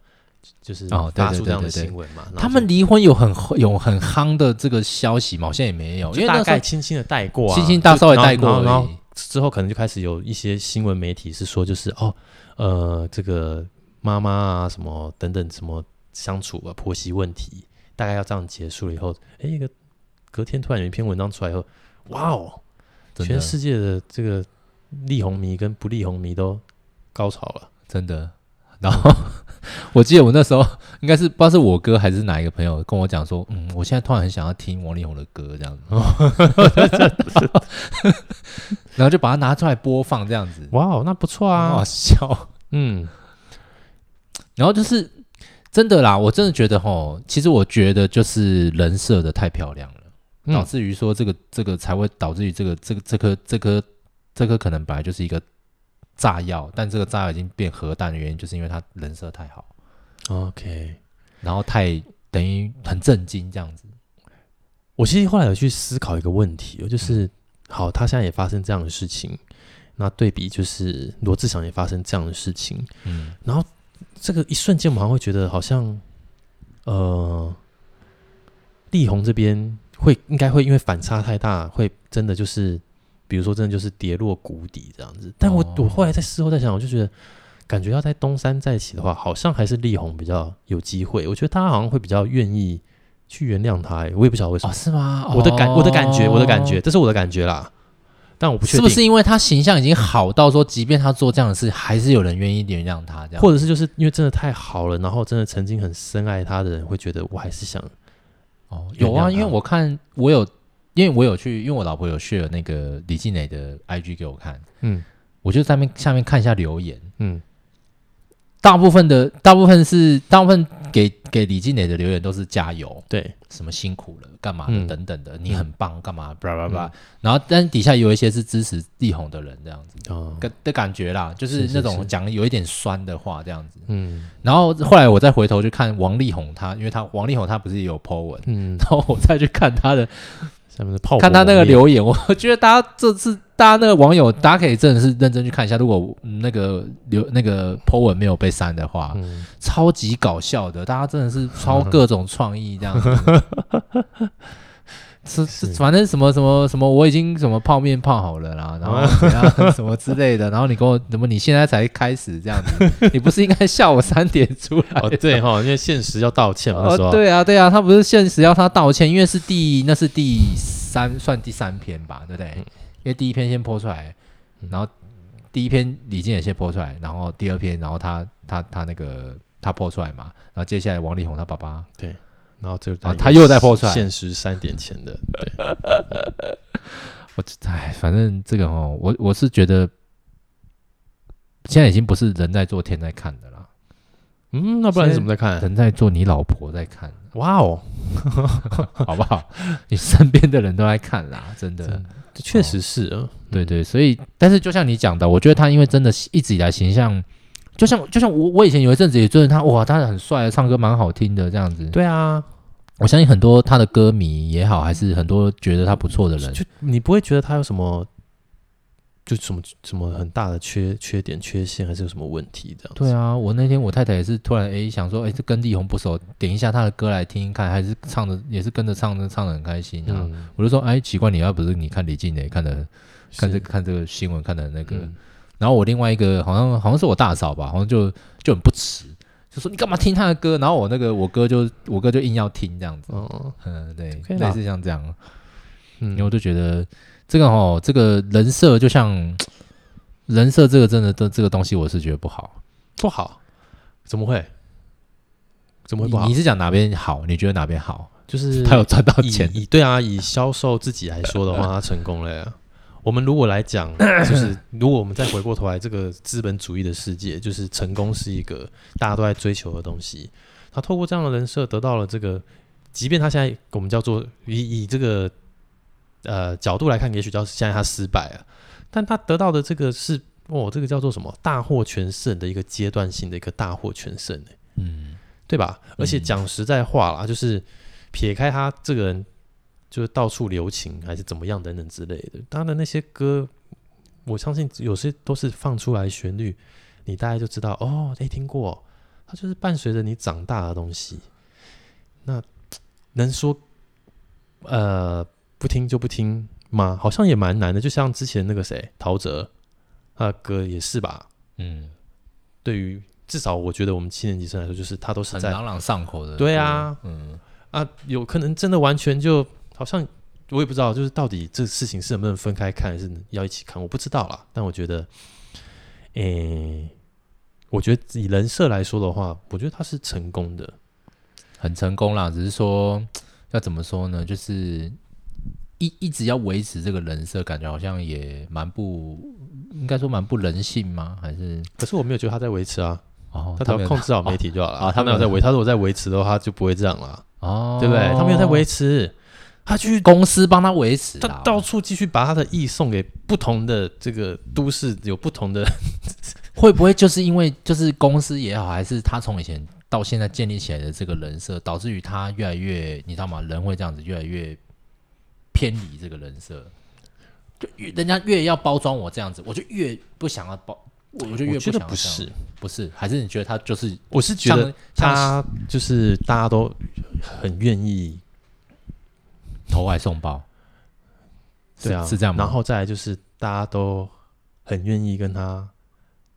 S2: 就是
S1: 哦对
S2: 发
S1: 对
S2: 出
S1: 对
S2: 这样的
S1: 对对
S2: 新闻嘛。然后
S1: 他们
S2: 就
S1: 离婚有很有很夯的这个消息吗？好像也没有，因为
S2: 就大
S1: 那时
S2: 概
S1: 候
S2: 轻轻的带过、啊，
S1: 轻轻大
S2: 就
S1: 稍微
S2: 然后
S1: 带过
S2: 然后然
S1: 而
S2: 后
S1: 已。
S2: 之后可能就开始有一些新闻媒体是说，就是哦，呃，这个妈妈啊，什么等等，什么相处啊，婆媳问题，大概要这样结束了以后，哎，一个隔天突然有一篇文章出来以后，哇哦，
S1: 真的
S2: 全世界的这个力宏迷跟不力宏迷都高潮了，
S1: 真的。然后我记得我那时候应该是不知道是我哥还是哪一个朋友跟我讲说，嗯，我现在突然很想要听王力宏的歌这样子， 然后就把它拿出来播放这样子，
S2: 哇哦，那不错
S1: 很好
S2: 啊，
S1: 笑。
S2: 嗯，
S1: 然后就是真的啦，我真的觉得吼，其实我觉得就是人设的太漂亮了。导
S2: 嗯
S1: 致于说这个这个才会导致于这个这个这颗这颗这颗可能本来就是一个炸药，但这个炸药已经变核弹的原因，就是因为他人设太好，
S2: ，OK。
S1: 然后太等于很震惊这样子。
S2: 我其实后来有去思考一个问题哦，就是好，他现在也发生这样的事情，那对比就是罗志祥也发生这样的事情，
S1: 嗯，
S2: 这个一瞬间，我们好像会觉得好像，呃，力宏这边会应该会因为反差太大，会真的就是，比如说真的就是跌落谷底这样子。但我、
S1: 哦
S2: 我后来在事后在想，我就觉得，感觉要在东山再起的话，好像还是力宏比较有机会。我觉得他好像会比较愿意去原谅他、欸，我也不晓得为什么。
S1: 哦，是吗？
S2: 我的感我的感觉我的感觉，
S1: 哦，
S2: 这是我的感觉啦。但我不确
S1: 是
S2: 定，
S1: 不是因为他形象已经好到说，即便他做这样的事，还是有人愿意原谅他这样？
S2: 或者是就是因为真的太好了，然后真的曾经很深爱他的人会觉得我还是想
S1: 哦，
S2: 原
S1: 有啊，
S2: 谅
S1: 因为
S2: 他
S1: 我看我有，因为我有去，因为我老婆有 share 那个李静蕾的 IG 给我看，
S2: 嗯
S1: 我就在面下面看一下留言，
S2: 嗯
S1: 大部分的大部分是大部分给给李静蕾的留言都是加油，
S2: 对，
S1: 什么辛苦了，干嘛的、
S2: 嗯
S1: 等等的，你很棒，干嘛叭叭叭，然后但底下有一些是支持力宏的人这样子
S2: 哦，
S1: 的的感觉啦，就是是那
S2: 是是
S1: 种讲有一点酸的话这样子。
S2: 嗯
S1: 然后后来我再回头去看王力宏他，因为他王力宏他不是也有 po 文，
S2: 嗯，
S1: 然后我再去看他的
S2: 下面的炮火
S1: 看他那个
S2: 猛烈，
S1: 留言，我觉得大家这次大家那个网友，大家可以真的是认真去看一下，如果嗯那个留那个 po 文没有被删的话，
S2: 嗯，
S1: 超级搞笑的，大家真的是超各种创意这样 子。是是，
S2: 是
S1: 反正什么什么什么，我已经什么泡面泡好了 啦，然后怎样什么之类的，然后你跟我怎么你现在才开始这样子，你不是应该下午三点出来？
S2: 哦对哈，因为现实要道歉嘛，那时候
S1: 哦，，对啊，对啊，他不是现实要他道歉，因为是第那是第三算第三篇吧，对不对？
S2: 嗯
S1: 因为第一篇先播出来，然后第一篇李健也先播出来，然后第二篇，然后他他他那个他播出来嘛，然后接下来王力宏他爸爸，
S2: 然后就哎
S1: 啊他又在 po 出来
S2: 现实三点前的，对，
S1: 我哎，反正这个哦，我我是觉得现在已经不是人在做天在看 的啦，
S2: 嗯，那不然你怎么在看？
S1: 人在做你老婆在看，
S2: 哇哦，
S1: 好不好？你身边的人都在看啦，真的。
S2: 真这确实是啊，
S1: 对对，所以但是就像你讲的，我觉得他因为真的一直以来形象，就像就像我我以前有一阵子也追着他，哇，他很帅，啊唱歌蛮好听的这样子。
S2: 对啊，
S1: 我相信很多他的歌迷也好，还是很多觉得他不错的人，
S2: 就你不会觉得他有什么，就什么什么很大的缺缺点、缺陷，还是有什么问题这样子？嗯
S1: 对啊，我那天我太太也是突然诶想说，诶，这跟力宏不熟，点一下他的歌来听一看，还是唱的也是跟着唱的，唱的很开心啊。
S2: 嗯，
S1: 我就说，哎，奇怪，你要不是你看李静蕾看的看这
S2: 是
S1: 个看这个新闻看的那个，
S2: 嗯
S1: 然后我另外一个好像好像是我大嫂吧，好像就就很不耻，就说你干嘛听她的歌？然后我那个我哥就我哥就硬要听这样子，
S2: 哦，
S1: 嗯，对
S2: OK 啦
S1: 类似像这样，因为
S2: 嗯，
S1: 我就觉得这个哦，这个人设就像人设这个真的这这个东西，我是觉得不好。
S2: 不好，怎么会？怎么会
S1: 你
S2: 不好
S1: 你？是讲哪边好？你觉得哪边好？
S2: 就是
S1: 他有赚到
S2: 以
S1: 钱，
S2: 以对啊，以销售自己来说 的话，他成功了呀。我们如果来讲，就是如果我们再回过头来，这个资本主义的世界，就是成功是一个大家都在追求的东西。他透过这样的人设得到了这个，即便他现在我们叫做以以这个呃角度来看，也许叫现在他失败了，但他得到的这个是哦，这个叫做什么大获全胜的一个阶段性的一个大获全胜、欸
S1: 嗯，
S2: 对吧？而且讲实在话啦，就是撇开他这个人就是到处留情还是怎么样等等之类的，他的那些歌，我相信有些都是放出来旋律，你大概就知道哦，哎，听过，它就是伴随着你长大的东西。那能说呃不听就不听吗？好像也蛮难的，就像之前那个谁陶喆，他的歌也是吧？
S1: 嗯，
S2: 对于至少我觉得我们七年级生来说，就是他都是
S1: 很
S2: 在
S1: 朗朗上口的，
S2: 对啊，
S1: 嗯，
S2: 啊，有可能真的完全就好像我也不知道，就是到底这事情是能不能分开看，还是要一起看，我不知道啦。但我觉得，诶、我觉得以人设来说的话，我觉得他是成功的。
S1: 很成功啦，只是说要怎么说呢？就是一一直要维持这个人设，感觉好像也蛮不，应该说蛮不人性吗？还是
S2: 可是我没有觉得他在维持啊，
S1: 哦，
S2: 他只
S1: 没
S2: 要
S1: 有
S2: 控制好媒体就 好了
S1: 哦他
S2: 没
S1: 没
S2: 有
S1: 有
S2: 在维，他如果在维持的话，他就不会这样啦，
S1: 哦，
S2: 对不对？他没有在维持，他去
S1: 公司帮他维持
S2: 他
S1: 啦，
S2: 到处继续把他的意送给不同的这个都市，有不同的
S1: 会不会就是因为就是公司也好，还是他从以前到现在建立起来的这个人设，导致于他越来越，你知道吗？人会这样子越来越偏离这个人设，就越人家越要包装我这样子，我就越不想要包，我我就越
S2: 我觉
S1: 不
S2: 得
S1: 想要
S2: 不
S1: 这样
S2: 是，
S1: 不是，还是你觉得他就是
S2: 我是觉得
S1: 像像
S2: 他就是大家都很愿意，
S1: 投外送包？是
S2: 对啊，
S1: 是这样吗
S2: 然后再来就是大家都很愿意跟他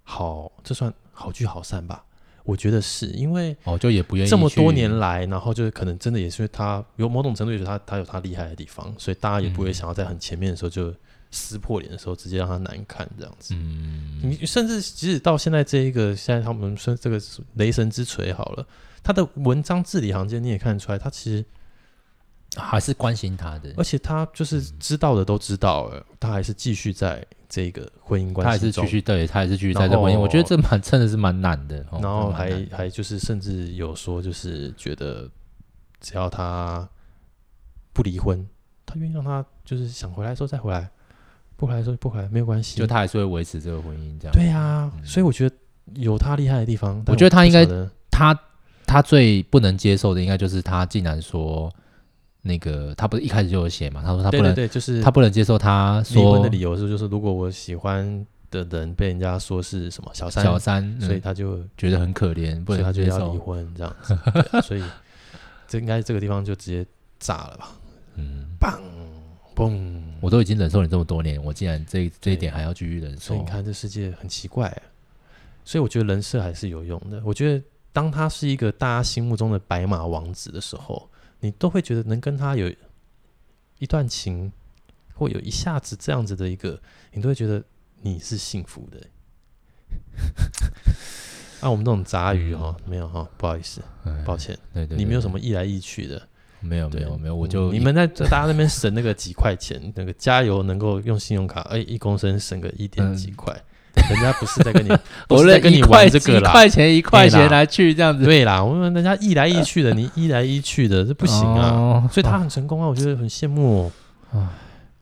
S2: 好，这算好聚好散吧？我觉得是因为
S1: 哦，就也不愿意
S2: 这么多
S1: 去
S2: 年来，然后就是可能真的也是因为他有某种程度，也是他他有他厉害的地方，所以大家也不会想要在很前面的时候就撕破脸的时候直接让他难看这样子。
S1: 嗯
S2: 你甚至即使到现在这一个，现在他们说这个雷神之锤好了，他的文章字里行间你也看得出来，他其实
S1: 还是关心他的，
S2: 而且他就是
S1: 嗯
S2: 知道的都知道了，他还是继续在这个婚姻
S1: 他还
S2: 关系
S1: 是
S2: 中
S1: 继，续对，他还是继续
S2: 然
S1: 在这婚姻，
S2: 后
S1: 我觉得这蛮真的是蛮难的。哦
S2: 然
S1: 真的
S2: 后
S1: 蛮
S2: 还
S1: 难的
S2: 还就是甚至有说就是觉得只要他不离婚，他愿意让他就是想回来的时候再回来，不回来的时候就不回来没有关系。
S1: 就他还是会维持这个婚姻这样。
S2: 对啊，所以我觉得有他厉害的地方，但
S1: 我觉得他应该
S2: 不晓得
S1: 他他最不能接受的应该就是他竟然说那个他不是一开始就有写嘛，他说他不
S2: 对
S1: 能
S2: 对对，就是
S1: 他不能接受他
S2: 离婚
S1: 说
S2: 的理由是就是如果我喜欢的人被人家说是什么小三，
S1: 小三，嗯
S2: 所以他就
S1: 觉得很可怜，不
S2: 所以他
S1: 能
S2: 就
S1: 接
S2: 要离
S1: 受。
S2: 婚这样 子，对啊所以这应该这个地方就直接炸了吧，
S1: 嗯，
S2: 嘣！
S1: 我都已经忍受你这么多年，我竟然这这一点还要继续忍
S2: 所以
S1: 受
S2: 你。看，这世界很奇怪欸。所以我觉得人设还是有用的。我觉得当他是一个大家心目中的白马王子的时候，你都会觉得能跟他有一段情，或有一下子这样子的一个，你都会觉得你是幸福的欸。 啊，我们这种杂鱼哦，没有哈、不好意思，
S1: 嗯
S2: 抱歉，
S1: 对对，
S2: 你没有什
S1: 么
S2: 么一来一去的，
S1: 没有没
S2: 对嗯
S1: 有没有，我就
S2: 你们在在大家那边省那个几块钱，那个加油能够用信用卡，哎，一公升省个一点几块，人家不是 在跟你，不
S1: 嗯我
S2: 是在跟你玩这个
S1: 一
S2: 啦
S1: 块。钱一块
S2: 对
S1: 钱
S2: 啦
S1: 来去这样子，
S2: 对啦，我们人家一来一去的，你一来一去的，这不行啊。
S1: 哦
S2: 所以他很成功啊，我觉得很羡慕哦，
S1: 唉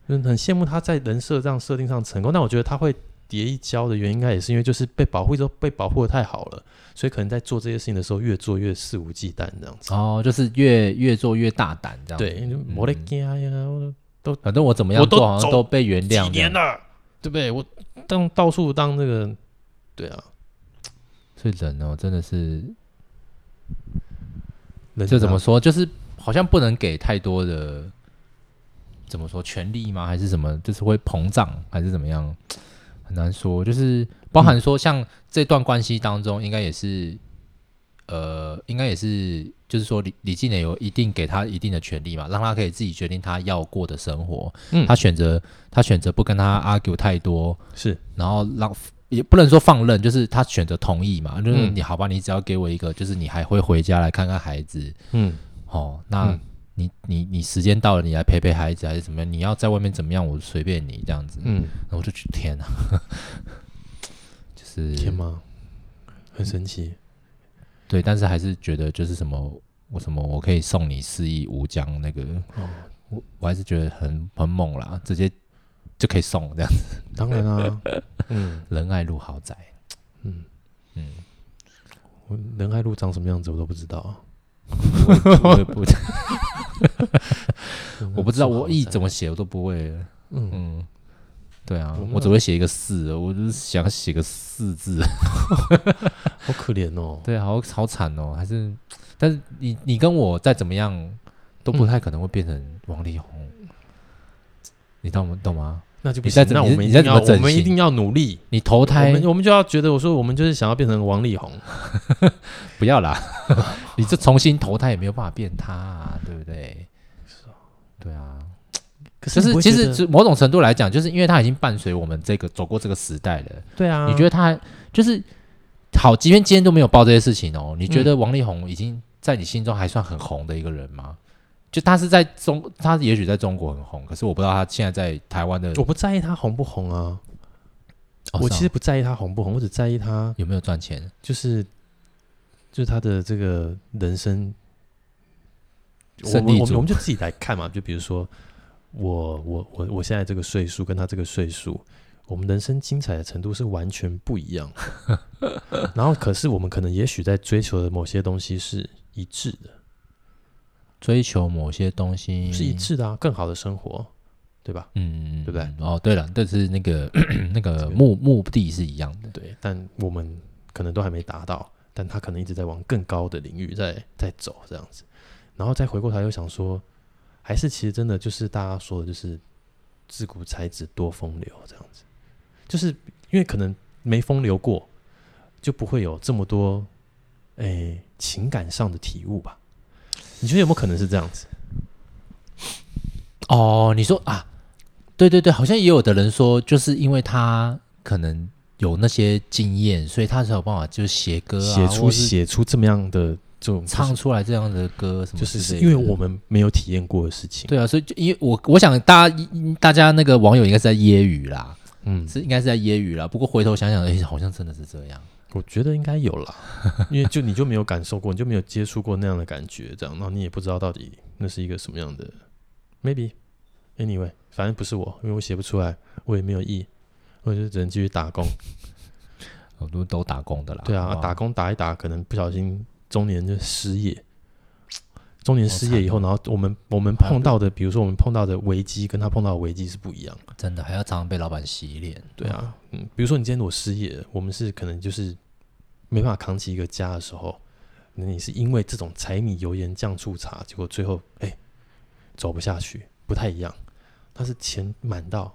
S2: 就是很羡慕他在人设这样设定上成功。那我觉得他会跌一跤的原因，应该也是因为就是被保护都被保护的太好了，所以可能在做这些事情的时候越做越肆无忌惮这样子。
S1: 哦，就是越越做越大胆这样。嗯
S2: 对，我的惊呀，我
S1: 反正我怎么样
S2: 我都
S1: 做好像
S2: 走
S1: 都被原
S2: 几
S1: 谅。
S2: 年了，对不对？我当到处当那个，对啊，
S1: 所以人哦，真的是
S2: 人
S1: 这怎
S2: 啊
S1: 么说？就是好像不能给太多的怎么说权利吗？还是什么？就是会膨胀还是怎么样？很难说。就是包含
S2: 嗯
S1: 说，像这段关系当中，应该也是、呃，应该也是，就是说李李静也有一定给他一定的权利嘛，让他可以自己决定他要过的生活。
S2: 嗯
S1: 他选择他选择不跟他 argue 太多，
S2: 是
S1: 然后让也不能说放任，就是他选择同意嘛，就是
S2: 嗯
S1: 你好吧，你只要给我一个，就是你还会回家来看看孩子，
S2: 嗯
S1: 哦，那
S2: 嗯
S1: 你、你你时间到了，你来陪陪孩子还是怎么样？你要在外面怎么样，我随便你这样子。
S2: 嗯，
S1: 然后我就去天啊， 就是
S2: 天吗？很神奇，
S1: 对，但是还是觉得就是什么我什么我可以送你四亿五江那个，
S2: 哦
S1: 我我还是觉得很很猛啦，直接就可以送这样子，
S2: 当然啊，嗯
S1: 仁爱路豪 宅。
S2: 嗯
S1: 嗯，
S2: 我仁爱路长什么样子我都不知道啊，
S1: 我也不，我不知道，
S2: 嗯
S1: 我意怎
S2: 么
S1: 么写我都不会了。
S2: 嗯，
S1: 嗯，对啊
S2: 我，没
S1: 我只
S2: 有
S1: 会写一个四，我就是想写个四字。
S2: 好可怜哦，
S1: 对，好好惨哦，还是，但是你你跟我再怎么样，都不太可能会变成王力宏，你懂吗？懂吗？
S2: 那就不
S1: 你再
S2: 行，
S1: 怎
S2: 那
S1: 么
S2: 我们
S1: 你
S2: 一
S1: 再
S2: 定
S1: 怎
S2: 要
S1: 么整
S2: 我们一
S1: 形
S2: 定要努力，
S1: 你投
S2: 我
S1: 胎
S2: 们我们就要觉得我说我们就是想要变成王力宏，
S1: 不要啦， 你这重新投胎也没有办法变他、啊，对不对？对啊，
S2: 可
S1: 就是是
S2: 你不会
S1: 其
S2: 觉
S1: 实
S2: 得
S1: 就某种程度来讲，就是因为他已经伴随我们这个走过这个时代了，
S2: 对啊，
S1: 你觉得他就是好，即便今天都没有报这些事情哦，你觉得王力宏已经在你心中还算很红的一个人吗？就他是在中，他也许在中国很红，可是我不知道他现在在台湾的，
S2: 我不在意他红不红啊，
S1: 哦
S2: 我
S1: 是啊
S2: 其实不在意他红不红，我只在意他
S1: 有没有赚钱？
S2: 就是就是他的这个人生，我
S1: 胜
S2: 我
S1: 利
S2: 我们
S1: 组
S2: 我们就自己来看嘛。就比如说我我我我现在这个岁数跟他这个岁数，我们人生精彩的程度是完全不一样 的。然后可是我们可能也许在追求的某些东西是一致的，
S1: 追求某些东西
S2: 嗯是一致的啊，更好的生活，对吧？
S1: 嗯，
S2: 对不对
S1: 嗯？哦，对了，但是那个 那
S2: 这
S1: 个
S2: 个
S1: 目目的是一样的。
S2: 对，但我们可能都还没达到，但他可能一直在往更高的领域在在走这样子，然后再回过头来又想说，还是其实真的就是大家说的，就是自古才子多风流这样子，就是因为可能没风流过，就不会有这么多诶、情感上的体悟吧？你觉得有没有可能是这样子？
S1: 哦，你说啊，对对对，好像也有的人说，就是因为他可能有那些经验，所以他才有办法就是写歌啊，
S2: 写
S1: 或
S2: 出
S1: 是
S2: 写出这么样的这种
S1: 唱出来这样的歌什么
S2: 就
S1: 之
S2: 是
S1: 类的，
S2: 就是因为我们没有体验过的事情，
S1: 对啊，所以就因为我我想大家大家那个网友应该是在揶揄啦，
S2: 嗯，
S1: 是应该是在揶揄啦。不过回头想想，哎、好像真的是这样。
S2: 我觉得应该有 啦，因为就你就没有感受过，你就没有接触过那样的感觉，这样，然后你也不知道到底那是一个什么样的，maybe anyway，反正不是我，因为我写不出来，我也没有意，我就只能继续打工。
S1: 很多都打工的啦，
S2: 对
S1: 好
S2: 啊，
S1: 不好
S2: 打工打一打，可能不小心中年就失业，中年
S1: 好
S2: 失
S1: 惨
S2: 业以后，然后我们我们
S1: 啊
S2: 碰到的，比如说我们碰到的危机，跟他碰到的危机是不一样的。
S1: 真的还要常常被老板洗脸。
S2: 对啊，嗯，比如说你今天我失业了，我们是可能就是没办法扛起一个家的时候，那你是因为这种柴米油盐酱醋茶，结果最后哎、走不下去，不太一样。他是钱满到，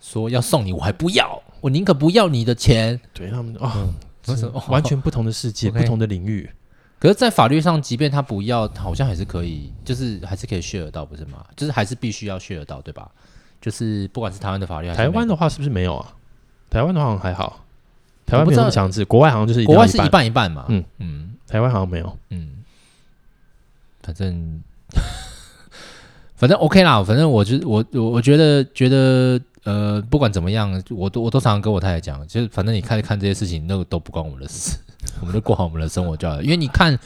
S1: 说要送你，我还不要，我宁可不要你的钱。
S2: 对他们啊，
S1: 为什
S2: 是
S1: 么 哦
S2: 完全不同的世界，
S1: OK
S2: 不同的领域，
S1: 可是，在法律上，即便他不要，好像还是可以，就是还是可以 share 到，不是吗？就是还是必须要 share 到，对吧？就是不管是台湾的法律还是
S2: 台湾
S1: 美
S2: 的话是不是没有啊？台湾的话好像还好，台湾
S1: 我不
S2: 没
S1: 知
S2: 有
S1: 道
S2: 那么强制，国外好像就是一
S1: 国
S2: 定要
S1: 外是一
S2: 半，
S1: 半一半嘛。
S2: 嗯
S1: 嗯
S2: 台湾好像没有。
S1: 嗯，反正 反正 OK 啦，反正我就我我我觉得觉得呃，不管怎么样，我都我都常常跟我太太讲，就是反正你看看这些事情，那个都不关我们的事， 我们就过好我们的生活就好了。因为你看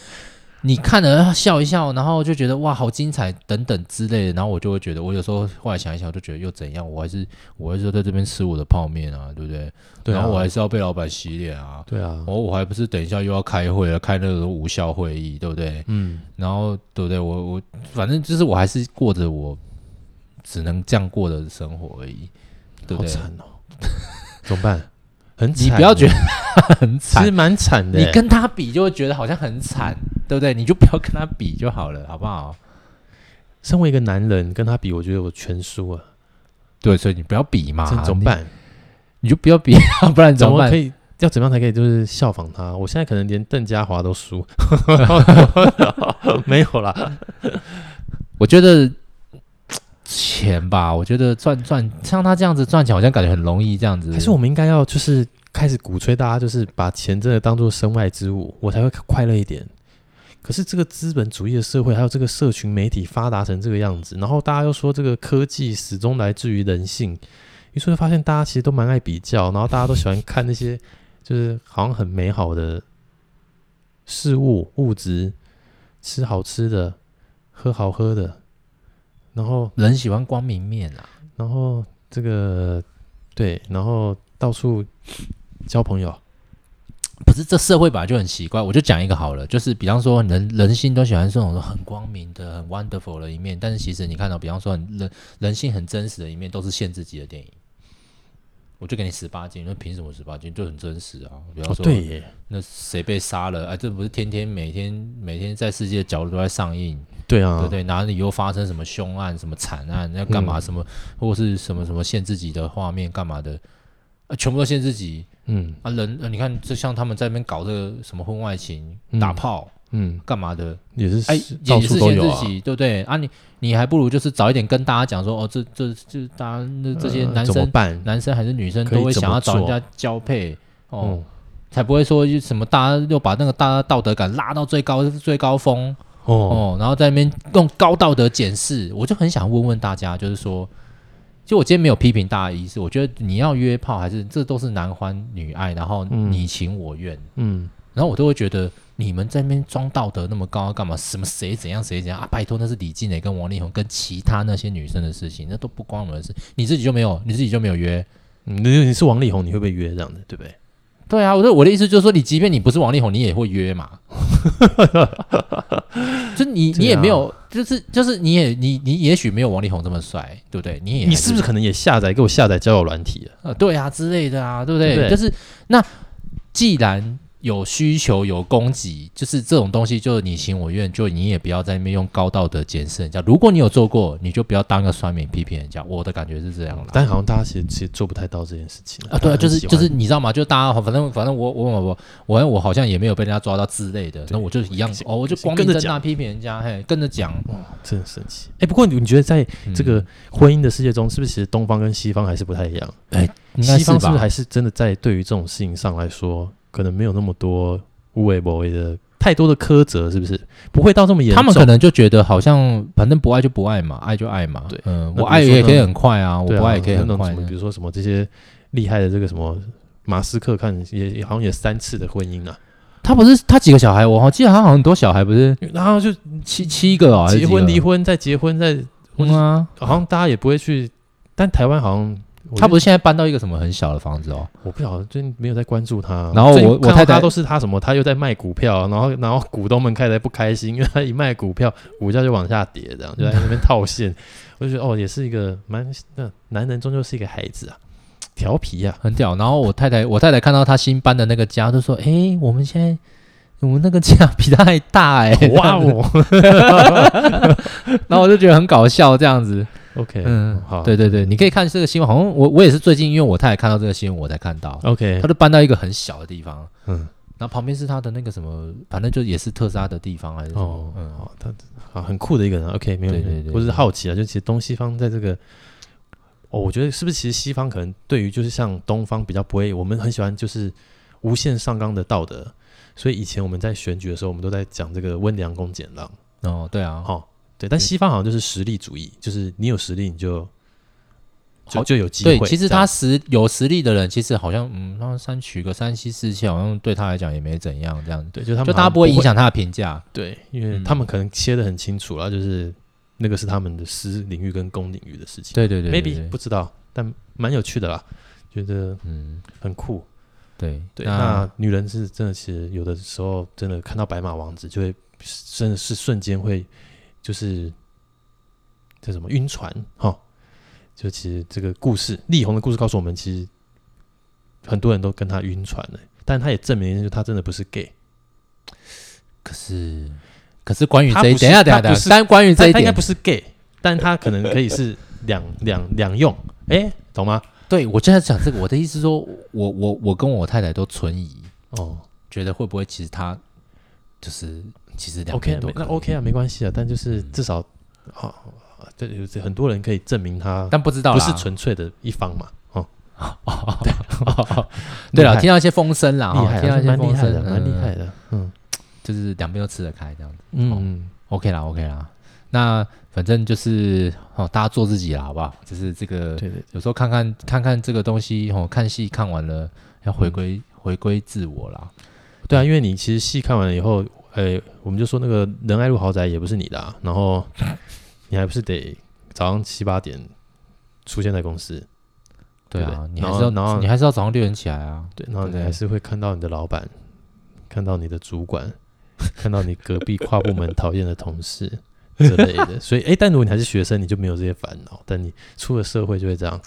S1: 你看了笑一笑，然后就觉得哇好精彩等等之类的，然后我就会觉得，我有时候后来想一想，我就觉得又怎样，我还是我还是在这边吃我的泡面啊，对不对？
S2: 对啊
S1: 然后我还是要被老板洗脸啊。
S2: 对啊，
S1: 哦，我还不是等一下又要开会了，开那个无效会议，对不对？
S2: 嗯，
S1: 然后对不对？我我反正就是我还是过着我只能这样过的生活而已，对不
S2: 好
S1: 对？
S2: 惨哦， 怎么办？很惨
S1: 你
S2: 欸，
S1: 不要觉得很
S2: 其实
S1: 惨，
S2: 蛮惨的欸，
S1: 你跟他比就会觉得好像很惨，对不对？你就不要跟他比就好了，好不好？
S2: 身为一个男人，跟他比，我觉得我全输了，
S1: 对，所以你不要比嘛，
S2: 这怎么办？
S1: 你？你 就不要比啊，不然啊怎
S2: 怎
S1: 么
S2: 么
S1: 办
S2: 可？以？要怎么样才可以就是效仿他？我现在可能连邓家华 都输， 没有啦。
S1: 我觉得钱吧，我觉得赚赚像他这样子赚钱，好像感觉很容易这样子。
S2: 还是我们应该要就是开始鼓吹大家，就是把钱真的当做身外之物，我才会快乐一点。可是这个资本主义的社会，还有这个社群媒体发达成这个样子，然后大家又说这个科技始终来自于人性，于是会发现大家其实都蛮爱比较，然后大家都喜欢看那些就是好像很美好的事物、物质，吃好吃的，喝好喝的，然后
S1: 人喜欢光明面啊。
S2: 然后这个对，然后到处交朋友，
S1: 不是这社会本来就很奇怪，我就讲一个好了，就是比方说人人性都喜欢这种很光明的、很 wonderful 的一面，但是其实你看到，比方说很人人性很真实的一面，都是限制级的电影。我就给你十八禁，那凭什么十八禁就很真实啊？比方
S2: 哦
S1: 说，
S2: 对耶，
S1: 那谁被杀了？哎，这不是天天每天每天在世界角落都在上映，
S2: 对啊，
S1: 对不对？哪里又发生什么凶案、什么惨案，要干嘛
S2: 嗯
S1: 什么，或是什么什么限制级的画面干嘛的，啊，全部都限制级。
S2: 嗯
S1: 啊人，呃你看，就像他们在那边搞这个什么婚外情、
S2: 嗯
S1: 打炮
S2: 嗯，
S1: 干嘛的，
S2: 也是、
S1: 哎，
S2: 到
S1: 也
S2: 处
S1: 是
S2: 都
S1: 限
S2: 有
S1: 制
S2: 啊，
S1: 级，对不对？啊你，你还不如就是早一点跟大家讲说，哦，这这这，大家那这些
S2: 呃
S1: 男
S2: 怎
S1: 生、
S2: 么办？
S1: 男生还是女生
S2: 可以
S1: 都会
S2: 怎
S1: 想
S2: 么
S1: 要找人
S2: 做
S1: 家交配，哦，
S2: 哦
S1: 才不会说就什么大家又把那个大家道德感拉到最高最高峰，
S2: 哦，
S1: 哦，然后在那边用高道德检视，我就很想问问大家，就是说，就我今天没有批评大家的意思，我觉得你要约炮还是这都是男欢女爱，然后
S2: 嗯
S1: 你情我愿，
S2: 嗯，
S1: 然后我都会觉得你们在那边装道德那么高干嘛？什么谁怎样谁怎样啊？拜托，那是李静蕾跟王力宏跟其他那些女生的事情，那都不关我们的事，你自己就没有，你自己就没有约。
S2: 嗯你你是王力宏，你会不会约这样的，对不对？
S1: 对啊，我的我的意思就是说，你即便你不是王力宏，你也会约嘛， 就你
S2: 对啊
S1: 你也没有，就是就是你也你你也许没有王力宏这么帅，对不对？你也
S2: 你是不是可能也下载给我下载交友软体了？
S1: 呃对啊之类的啊，对不对？
S2: 对不对
S1: 就是那既然有需求有供给，就是这种东西就是你情我愿，就你也不要在那边用高道德检视人家。如果你有做过，你就不要当个酸民批评人家。我的感觉是这样啦。
S2: 但好像大家其实其实做不太到这件事情
S1: 啊，对啊，就是
S2: 喜欢
S1: 就是，你知道吗？就大家反正反正我我我我我好像也没有被人家抓到之类的，那我就一样
S2: 先
S1: 哦，我就
S2: 先
S1: 光
S2: 跟
S1: 明
S2: 着
S1: 正大
S2: 讲
S1: 批评人家，嘿，跟着讲，
S2: 真的神奇。哎、不过你你觉得在
S1: 嗯
S2: 这个婚姻的世界中，是不是其实东方跟西方还是不太一样？
S1: 应该
S2: 西方是
S1: 吧
S2: 不是还是真的在对于这种事情上来说，可能没有那么多无为不为的太多的苛责，是不是？不会到这么严重。
S1: 他们可能就觉得好像反正不爱就不爱嘛，爱就爱嘛。
S2: 对
S1: 嗯，
S2: 那
S1: 我爱
S2: 比如说
S1: 也可以
S2: 呢
S1: 很快啊，我
S2: 对
S1: 不
S2: 啊
S1: 爱也可以很
S2: 那种
S1: 快
S2: 什么，
S1: 呢
S2: 比。如说什么这些厉害的这个什么马斯克看也也好像也三次的婚姻啊，
S1: 他不是他几个小孩，我好记得他好像很多小孩，不是
S2: 然后就
S1: 七七个哦，还是几
S2: 结婚
S1: 个
S2: 离婚再结婚再，
S1: 嗯啊。
S2: 好像大家也不会去，但台湾好像。我
S1: 他
S2: 就
S1: 不是现在搬到一个什么很小的房子哦，
S2: 我不晓得，最近没有在关注他。
S1: 然后
S2: 最近
S1: 我
S2: 看到
S1: 我太太
S2: 他都是他什么，他又在卖股票，然后 然后股东们开始不开心，因为他一卖股票，股价就往下跌，这样就在那边套现。 我就觉得哦，也是一个蛮那男人终究是一个孩子啊，调 皮啊，
S1: 很屌。然后我太太我太太看到他新搬的那个家，就说：“诶，我们现在我们那个家比他还大哎、欸。”
S2: 哇！哦
S1: 然后我就觉得很搞笑这样子。
S2: ，OK，
S1: 嗯，
S2: 好，
S1: 对对对，你可以看这个新闻，好像我我也是最近因为我太太看到这个新闻，我才看到。
S2: ，OK，
S1: 他就搬到一个很小的地方，
S2: 哦嗯，
S1: 然后旁边是他的那个什么，反正就也是特斯拉的地方还是什么，
S2: 哦，
S1: 嗯，
S2: 好，他好很酷的一个人，OK，没有，啊
S1: 对
S2: 没
S1: 对
S2: 有
S1: 对
S2: 我只是
S1: 对
S2: 好奇啊，就其实东西方在这个。哦，我觉得是不是其实西方可能对于就是像东方比较不会，我们很喜欢就是无限上纲的道德，所以以前我们在选举的时候，我们都在讲这个温良恭俭让，
S1: 哦，对啊，
S2: 哦，对，但
S1: 对
S2: 西方好像就是实力主义，就是你有实力你就就
S1: 好
S2: 就有机会
S1: 对
S2: 这，样。
S1: 其实他实有实力的人，其实好像嗯，他三娶个三妻四妾，好像对他来讲也没怎样这样子，
S2: 对，就他们
S1: 就
S2: 好
S1: 大家
S2: 像
S1: 不会影响他的评价，
S2: 对，因为
S1: 嗯
S2: 他们可能切的很清楚啦，就是那个是他们的私领域跟公领域的事情。
S1: 对对对
S2: m a
S1: 对
S2: y b e
S1: 对
S2: 不知道，但蛮有趣的啦，觉得
S1: 嗯，
S2: 很酷。
S1: 对
S2: 对，那女人是真的，其实有的时候真的看到白马王子，就会真的是瞬间会就是这什么晕船哈。就其实这个故事，力宏的故事告诉我们，其实很多人都跟他晕船了、但他也证明，就是他真的不是 gay，
S1: 可是可是关于
S2: 他
S1: 这一，
S2: 不是
S1: 等一下等一下
S2: 他
S1: 等
S2: 不
S1: 一
S2: 是
S1: 下，但关于这
S2: 他
S1: 一
S2: 他应该
S1: 点
S2: 不，是 gay，但他可能可以是两两两用，哎、懂吗？
S1: 对我正在讲这个，我的意思是说，我我我跟我太太都存疑，
S2: 哦
S1: 觉得会不会其实他就是其实两
S2: ，OK，
S1: 边都
S2: 没那
S1: 可以嗯
S2: OK 啊，没关系啊，但就是至少哦，对，有很多人可以证明他
S1: 但不知道
S2: 不
S1: 啦
S2: 是纯粹的一方嘛， 哦，
S1: 哦对
S2: 厉
S1: 了，
S2: 害
S1: 听到一些风声啦，
S2: 厉
S1: 哈
S2: 害啊，
S1: 听到一些
S2: 蛮厉
S1: 风
S2: 害
S1: 声，
S2: 的，蛮厉害
S1: 嗯，
S2: 的，嗯
S1: 就是两边都吃得开这样子。
S2: 嗯，
S1: OK 啦，OK 啦，那反正就是哦，大家做自己啦，好不好？就是这个
S2: 对对，
S1: 有时候看看看看这个东西，哦，看戏看完了要
S2: 嗯
S1: 回归回归自我啦。
S2: 对啊，因为你其实戏看完了以后，呃，我们就说那个仁爱路豪宅也不是你的啊，然后你还不是得早上七八点出现在公司，
S1: 对
S2: 对
S1: 啊
S2: 对，
S1: 你还
S2: 然
S1: 是要
S2: 后然后
S1: 你还是要早上六点起来啊。
S2: 对，然后你
S1: 对
S2: 还是会看到你的老板，看到你的主管，看到你隔壁跨部门讨厌的同事之类的。所以，哎、但如果你还是学生，你就没有这些烦恼，但你出了社会就会这样，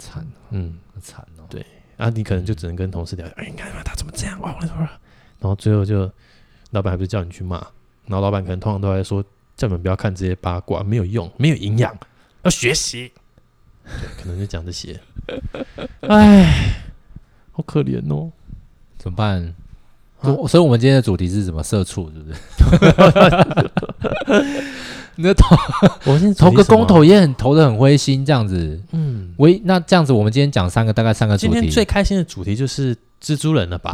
S1: 惨哦
S2: 嗯，
S1: 惨哦，
S2: 对啊，你可能
S1: 嗯
S2: 就只能跟同事聊，哎、你看嘛，他怎么这样，哇，我怎么了？然后最后就，老板还不是叫你去骂，然后老板可能通常都在说，叫你们不要看这些八卦，没有用，没有营养，要学习。对，可能就讲这些， 哎，好可怜哦。
S1: 怎么办？
S2: 啊
S1: 就所以，我们今天的主题是什么？社畜是不 是？你的投
S2: 我们现在
S1: 投
S2: 主
S1: 个
S2: 题是什么
S1: 公投，也很投的很灰心，这样子。
S2: 嗯，
S1: 喂，那这样子，我们今天讲三个，大概三个主
S2: 今
S1: 题。
S2: 天最开心的主题就是蜘蛛人了 吧？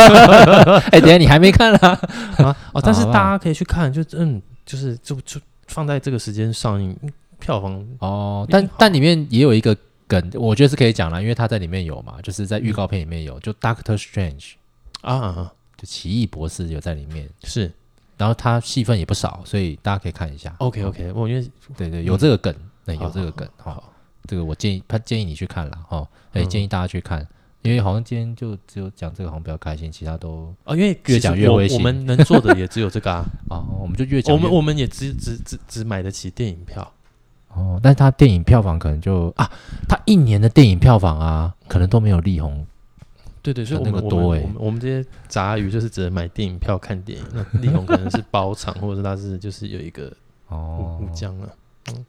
S1: 哎、等一下你还没看 啊？
S2: 啊，哦，但是
S1: 好吧
S2: 大家可以去看，就嗯，就是就就放在这个时间上映，嗯票房
S1: 哦，但但里面也有一个梗，我觉得是可以讲啦，因为他在里面有嘛，就是在预告片里面有，就 Doctor Strange
S2: 啊
S1: 就奇异博士有在里面，
S2: 是哦
S1: 然后他戏份也不少，所以大家可以看一下。
S2: OK OK，我觉得
S1: 对对，有这个梗，对，
S2: 好
S1: 有这个梗，
S2: 嗯好
S1: 哦，这个我建议他建议你去看啦，哦，哎、
S2: 嗯
S1: 建议大家去看。因为好像今天就只有讲这个，好像比较开心，其他都
S2: 啊，因为
S1: 越讲
S2: 其实
S1: 越
S2: 我
S1: 危险
S2: 我们能做的也只有这个 啊，
S1: 啊、我们就越讲
S2: 我
S1: 越
S2: 们我们也只只只只买得起电影票，
S1: 哦，但是他电影票房可能就啊，他一年的电影票房啊，可能都没有力宏
S2: 对对，所以
S1: 啊
S2: 我
S1: 那
S2: 们、
S1: 个
S2: 我
S1: 多
S2: 们
S1: 欸
S2: 我们我们这些杂鱼就是只能买电影票看电影，那力宏可能是包场，或者是他是就是有一个
S1: 哦
S2: 武武，将啊，嗯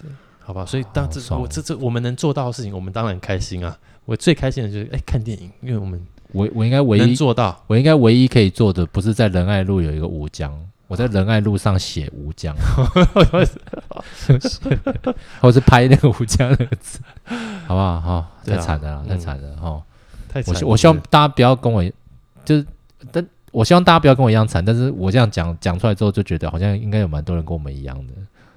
S2: 对，好吧，所以当
S1: 好
S2: 这
S1: 爽
S2: 我这这我们能做到的事情，我们当然开心啊。我最开心的就是哎、看电影，因为我们
S1: 我我应该唯
S2: 能
S1: 一
S2: 做到，
S1: 我应该唯一可以做的，不是在仁爱路有一个吴江，我在仁爱路上写吴江，或者是拍那个吴江那个字，好不好？哈、
S2: 对
S1: 太
S2: 啊
S1: 惨了啦，
S2: 嗯
S1: 太惨了哈、哦
S2: 太
S1: 我
S2: 惨
S1: 希
S2: 了
S1: 我希望大家不要跟我，就是但我希望大家不要跟我一样惨，但是我这样讲讲出来之后，就觉得好像应该有蛮多人跟我们一样的。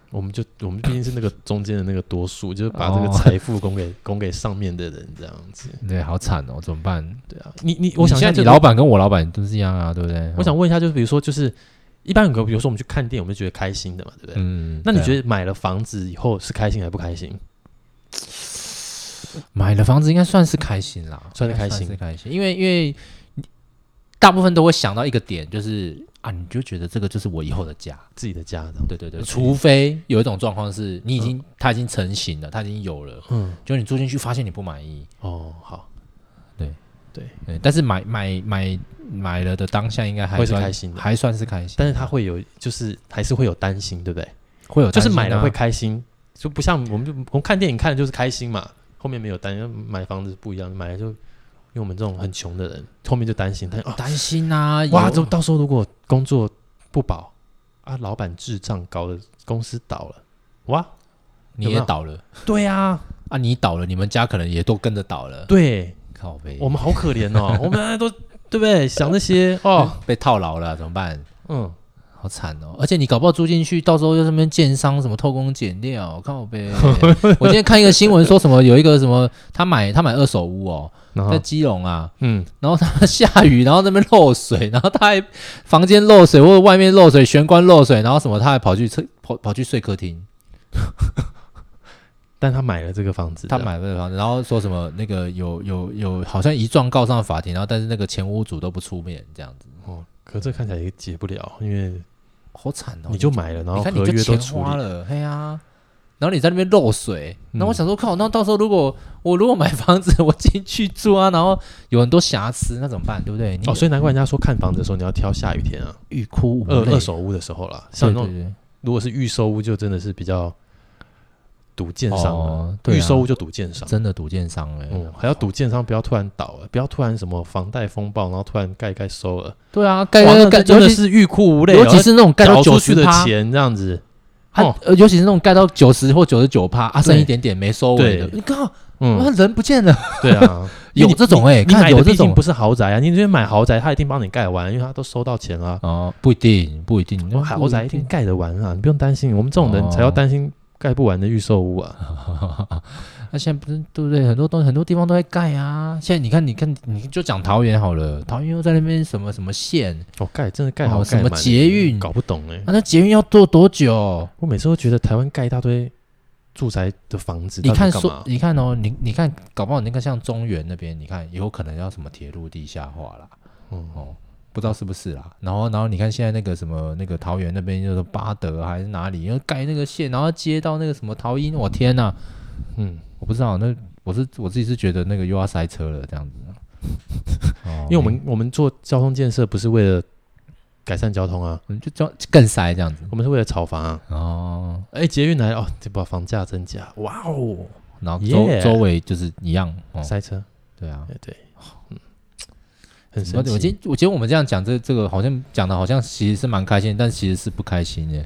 S2: 我们就我们毕竟是那个中间的那个多数，就是把这个
S1: 哦
S2: 财富供给供给上面的人这样子。
S1: 对，好惨哦，怎么办？
S2: 对啊，你你我想
S1: 现
S2: 一下
S1: 在
S2: 这
S1: 你
S2: 个
S1: 老板跟我老板都是一样啊，对不对？
S2: 我想问一下，就是比如说，就是一般有比如说我们去看电影，我们就觉得开心的嘛，对不对？
S1: 嗯，
S2: 那你
S1: 对啊
S2: 觉得买了房子以后是开心还不开心？
S1: 买了房子应该算是开心啦，
S2: 算是开心
S1: 应该算是开心，因为因为你大部分都会想到一个点，就是啊，你就觉得这个就是我以后的家，
S2: 自己的家这样，
S1: 对对对，嗯
S2: OK
S1: 除非有一种状况是你已经、它已经成型了，它已经有了，
S2: 嗯，
S1: 就你住进去发现你不满意，
S2: 哦，好，
S1: 对，但是买买买买了的当下应该还
S2: 会是
S1: 算
S2: 开心的
S1: 还算是开心，
S2: 但是他会有，就是还是会有担心，对不对？
S1: 会有
S2: 就
S1: 担
S2: 是
S1: 心啊
S2: 买了会开心，就不像我们就我们看电影看的就是开心嘛，后面没有担心。买房子不一样，买了就因为我们这种很穷的人，后面就担心他啊，
S1: 担心啊，
S2: 哇，
S1: 有
S2: 这到时候如果工作不保啊，老板智障搞的公司倒了， 哇，
S1: 你
S2: 有没
S1: 也
S2: 有
S1: 倒了
S2: 对啊，
S1: 啊，你倒了，你们家可能也都跟着倒了，
S2: 对
S1: 靠背，
S2: 我们好可怜哦，我们都对不对？想这些哦，
S1: 被套牢了啊怎么办？
S2: 嗯，
S1: 好惨哦！而且你搞不好住进去，到时候又什么建商什么偷工减料，靠呗。 我今天看一个新闻说什么，有一个什么他买他买二手屋哦，
S2: 然
S1: 在
S2: 后
S1: 基隆啊，
S2: 嗯，
S1: 然后他下雨，然后那边漏水，然后他还房间漏水或者外面漏水，玄关漏水，然后什么他还跑去厕跑跑去睡客厅，
S2: 但他买了这个房子，
S1: 他
S2: 这样
S1: 买了房子，然后说什么那个有有有好像一状告上法庭，然后但是那个前屋主都不出面这样子，
S2: 哦，可这看起来也解不了，因为
S1: 好惨哦！
S2: 你就买了，然后
S1: 你看
S2: 合
S1: 你
S2: 约
S1: 就
S2: 都
S1: 钱
S2: 处
S1: 花
S2: 理，
S1: 了，嘿呀、然后你在那边漏水，
S2: 嗯
S1: 那我想说，靠，那到时候如果我如果买房子，我进去住啊，然后有很多瑕疵，那怎么办？对不对？你
S2: 哦，所以难怪人家说看房子的时候你要挑下雨天啊，
S1: 欲哭无
S2: 二
S1: 泪，
S2: 二手屋的时候啦，像
S1: 对
S2: 那
S1: 对
S2: 种
S1: 对，
S2: 如果是预售屋，就真的是比较赌建商了，
S1: 哦，对啊
S2: 预售屋就赌建商。
S1: 真的赌建商哎、
S2: 嗯，还要赌建商不要突然倒啊了，不要突然什么房贷风暴，然后突然盖一盖收了，
S1: 对啊，盖
S2: 哇，那
S1: 盖
S2: 这
S1: 盖，
S2: 真
S1: 尤
S2: 的
S1: 其
S2: 是欲哭无泪，啊
S1: 尤
S2: 然
S1: 其
S2: 后
S1: 是那种盖到
S2: 缴
S1: 九
S2: 出去
S1: 十
S2: 的
S1: 趴，
S2: 钱这样子，
S1: 啊
S2: 哦
S1: 呃，尤其是那种盖到九十或九十九趴，啊，剩
S2: 对
S1: 一点点没收尾的，
S2: 对
S1: 你靠，
S2: 嗯
S1: 哇，， 人不见了，
S2: 对啊，
S1: 有这种欸
S2: 你
S1: 看
S2: 你买的
S1: 有这
S2: 毕竟
S1: 种
S2: 不是豪宅啊，你这边买豪宅，他一定帮你盖完，因为他都收到钱了、啊，
S1: 哦，不一定，不一定，
S2: 哇豪宅一定盖得完啊，你不用担心，我们这
S1: 哦
S2: 种人才要担心盖不完的预售屋啊，
S1: 那、现在不是对不对？很多东很多地方都在盖啊。现在你看，你看，你就讲桃园好了，桃园又在那边什么什么线
S2: 哦，盖真的盖好
S1: 哦
S2: 盖满
S1: 什么捷运
S2: 搞不懂哎、
S1: 啊，那捷运要做多久？
S2: 我每次都觉得台湾盖一大堆住宅的房子，
S1: 你看
S2: 到底干
S1: 说
S2: 嘛，？
S1: 你看哦，你你看，搞不好那个像中原那边，你看有可能要什么铁路地下化啦，
S2: 嗯，
S1: 哦，不知道是不是啦。然后然后你看现在那个什么那个桃园那边就是巴德还是哪里，要盖那个线，然后接到那个什么桃阴，我天呐、
S2: 嗯，
S1: 我不知道，那我是我自己是觉得那个又要塞车了这样子。哦
S2: 因为我
S1: 哎
S2: 们我们做交通建设不是为了改善交通啊，
S1: 嗯，就这样更塞这样子
S2: 我们是为了炒房、啊。
S1: 哦。
S2: 哎、捷运来了哦，这把房价增加，哇哦，
S1: 然后周
S2: Yeah
S1: 周围就是一样哦，
S2: 塞车，
S1: 对啊。
S2: 哎对，嗯，很
S1: 我
S2: 神
S1: 我
S2: 奇。
S1: 今我觉得我们这样讲这这个好像讲的好像其实是蛮开心，但其实是不开心的。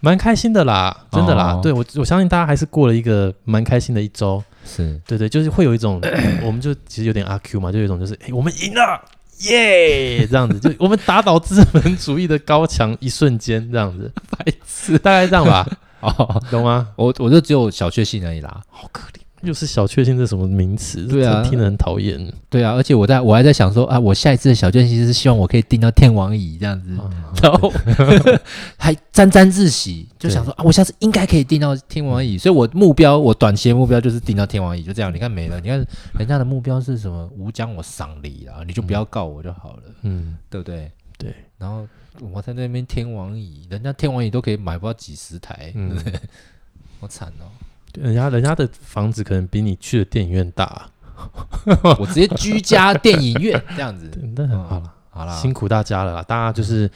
S2: 蛮开心的啦，真的啦，
S1: 哦
S2: 对我我相信大家还是过了一个蛮开心的一周，
S1: 是
S2: 对对，就是会有 一种，我们就其实有点阿 Q 嘛，就有一种就是，哎，我们赢了，耶， 这样 子，就我们打倒资本主义的高墙，一瞬间这样子， 白痴，大概这样吧，
S1: 哦，
S2: 懂吗？
S1: 我我就只有小确幸而已啦。
S2: 好可怜，又是小确幸，这什么名词？
S1: 对啊
S2: 这听得很讨厌。
S1: 对啊，而且我在我还在想说啊，我下一次的小确幸是希望我可以订到天王椅这样子，
S2: 啊
S1: 嗯 然后还沾沾自喜，就想说啊，我下次应该可以订到天王椅，所以我目标我短期的目标就是订到天王椅，就这样。你看没了，你看人家的目标是什么？吾将我赏礼啦，你就不要告我就好了，
S2: 嗯，
S1: 对不对？
S2: 对。
S1: 然后我在那边天王椅，人家天王椅都可以买不到几十台，
S2: 嗯
S1: 对不对？好惨哦！
S2: 人家人家的房子可能比你去的电影院大，
S1: 我直接居家电影院这样子， 嗯
S2: 对那很好了，
S1: 好啦，嗯
S2: 辛苦大家了啦，大家就是。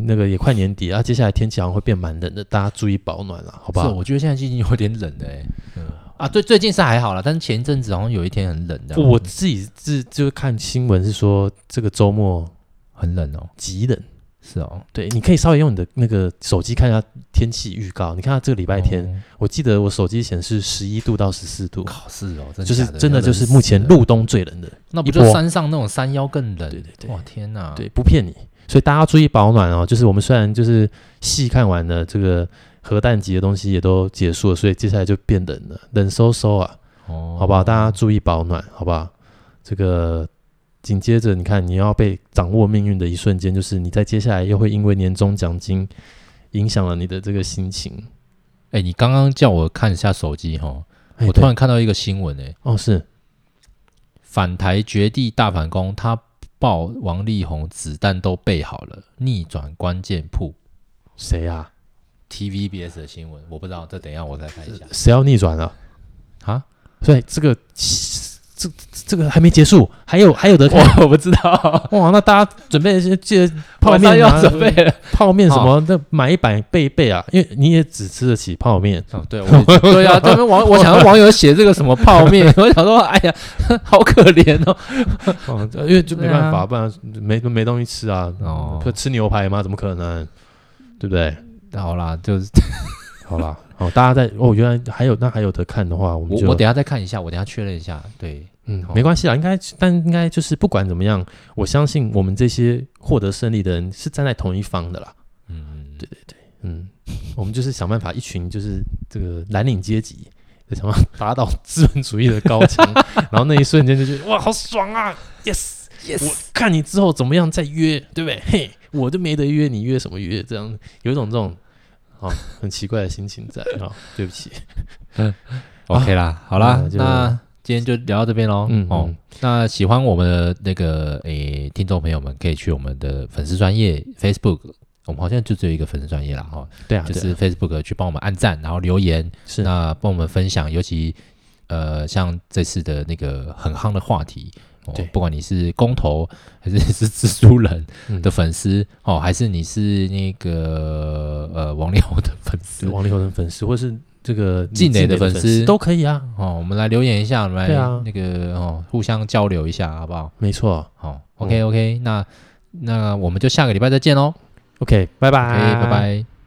S2: 那个也快年底啊，接下来天气好像会变蛮冷的，大家注意保暖啦，好不
S1: 是，
S2: 好？
S1: 我觉得现在已经有点冷了、欸，
S2: 嗯
S1: 啊，最最近是还好啦，但是前一阵子好像有一天很冷的，
S2: 我自己自就是看新闻是说这个周末
S1: 很冷哦，
S2: 极冷，
S1: 是哦，
S2: 对，你可以稍微用你的那个手机看一下天气预告，你看它这个礼拜天，我记得我手机显示十一度到十四度
S1: 哦，，考试哦，真的
S2: 就是
S1: 假的
S2: 真的就是目前，
S1: 要冷死了
S2: 入冬最冷的，
S1: 那不
S2: 一
S1: 就
S2: 波
S1: 山上那种山腰更冷？
S2: 对对对
S1: 哇天哪，
S2: 对，不骗你。所以大家注意保暖哦。就是我们虽然就是戏看完了，这个核弹级的东西也都结束了，所以接下来就变冷了，冷飕飕啊，
S1: 哦，
S2: 好不好？大家注意保暖，好不好？这个紧接着，你看你要被掌握命运的一瞬间，就是你在接下来又会因为年终奖金影响了你的这个心情。
S1: 哎、你刚刚叫我看一下手机哈，
S2: 哎
S1: 我
S2: 对
S1: 突然看到一个新闻哎、
S2: 哦，是
S1: 反台绝地大反攻，他爆王力宏子弹都备好了，逆转关键铺
S2: 谁啊？
S1: ，TVBS 的新闻，我不知道，这等一下我再看一下
S2: 谁要逆转了、
S1: 啊，
S2: 所以这个这这个还没结束，还有还有的看。
S1: 我不知道。
S2: 哇，那大家准备一些记得泡
S1: 晚上
S2: 面啊
S1: 要，准备了。
S2: 泡面什么那买一百备一备啊，因为你也只吃得起泡面。
S1: 哦，对，我也对啊，这边网我想到网友写这个什么泡面，我想说，哎呀， 好可怜哦。
S2: 哦，因为就没办
S1: 对
S2: 法，
S1: 啊
S2: 不然没没东西吃啊。
S1: 哦
S2: 可吃牛排吗？怎么可能？对不对？
S1: 好啦，就是
S2: 好啦，哦，大家在哦，原来还有那还有的看的话，我们
S1: 我
S2: 就
S1: 我等一下再看一下，我等一下确认一下。对，
S2: 嗯，没关系啦，应该但应该就是不管怎么样，我相信我们这些获得胜利的人是站在同一方的啦。
S1: 嗯，对，
S2: 嗯，我们就是想办法，一群就是这个蓝领阶级，就想办法打倒资本主义的高 墙，然后那一瞬间就觉得哇，好爽啊，yes yes，我看你之后怎么样再约，对 不对？嘿，我就没得约，你约什么约？这样有一种这种 啊、很奇怪的心情在啊、对不起，
S1: OK 啦，好啦
S2: 那，就
S1: 那今天就聊到这边喽。
S2: 嗯
S1: 哦
S2: 嗯，
S1: 那喜欢我们的那个诶听众朋友们，可以去我们的粉丝专业 Facebook。我们好像就只有一个粉丝专业啦，哈，
S2: 对啊，
S1: 就
S2: 对
S1: 是
S2: 啊
S1: Facebook 去帮我们按赞，然后留言，
S2: 是啊
S1: 那帮我们分享，尤其呃，像这次的那个很夯的话题，哦
S2: 对
S1: 不管你是公投还是你是蜘蛛人
S2: 嗯
S1: 的粉丝、哦，还是你是那个呃王力宏的粉丝
S2: 王力宏的粉丝，或是这个李
S1: 静蕾的粉
S2: 粉
S1: 丝
S2: 都可以啊，
S1: 哦，我们来留言一下，我们来
S2: 对啊
S1: 那个、哦互相交流一下，好不好？
S2: 没错。
S1: 好、o k OK，那那我们就下个礼拜再见喽
S2: OK，拜拜
S1: ，OK，拜拜。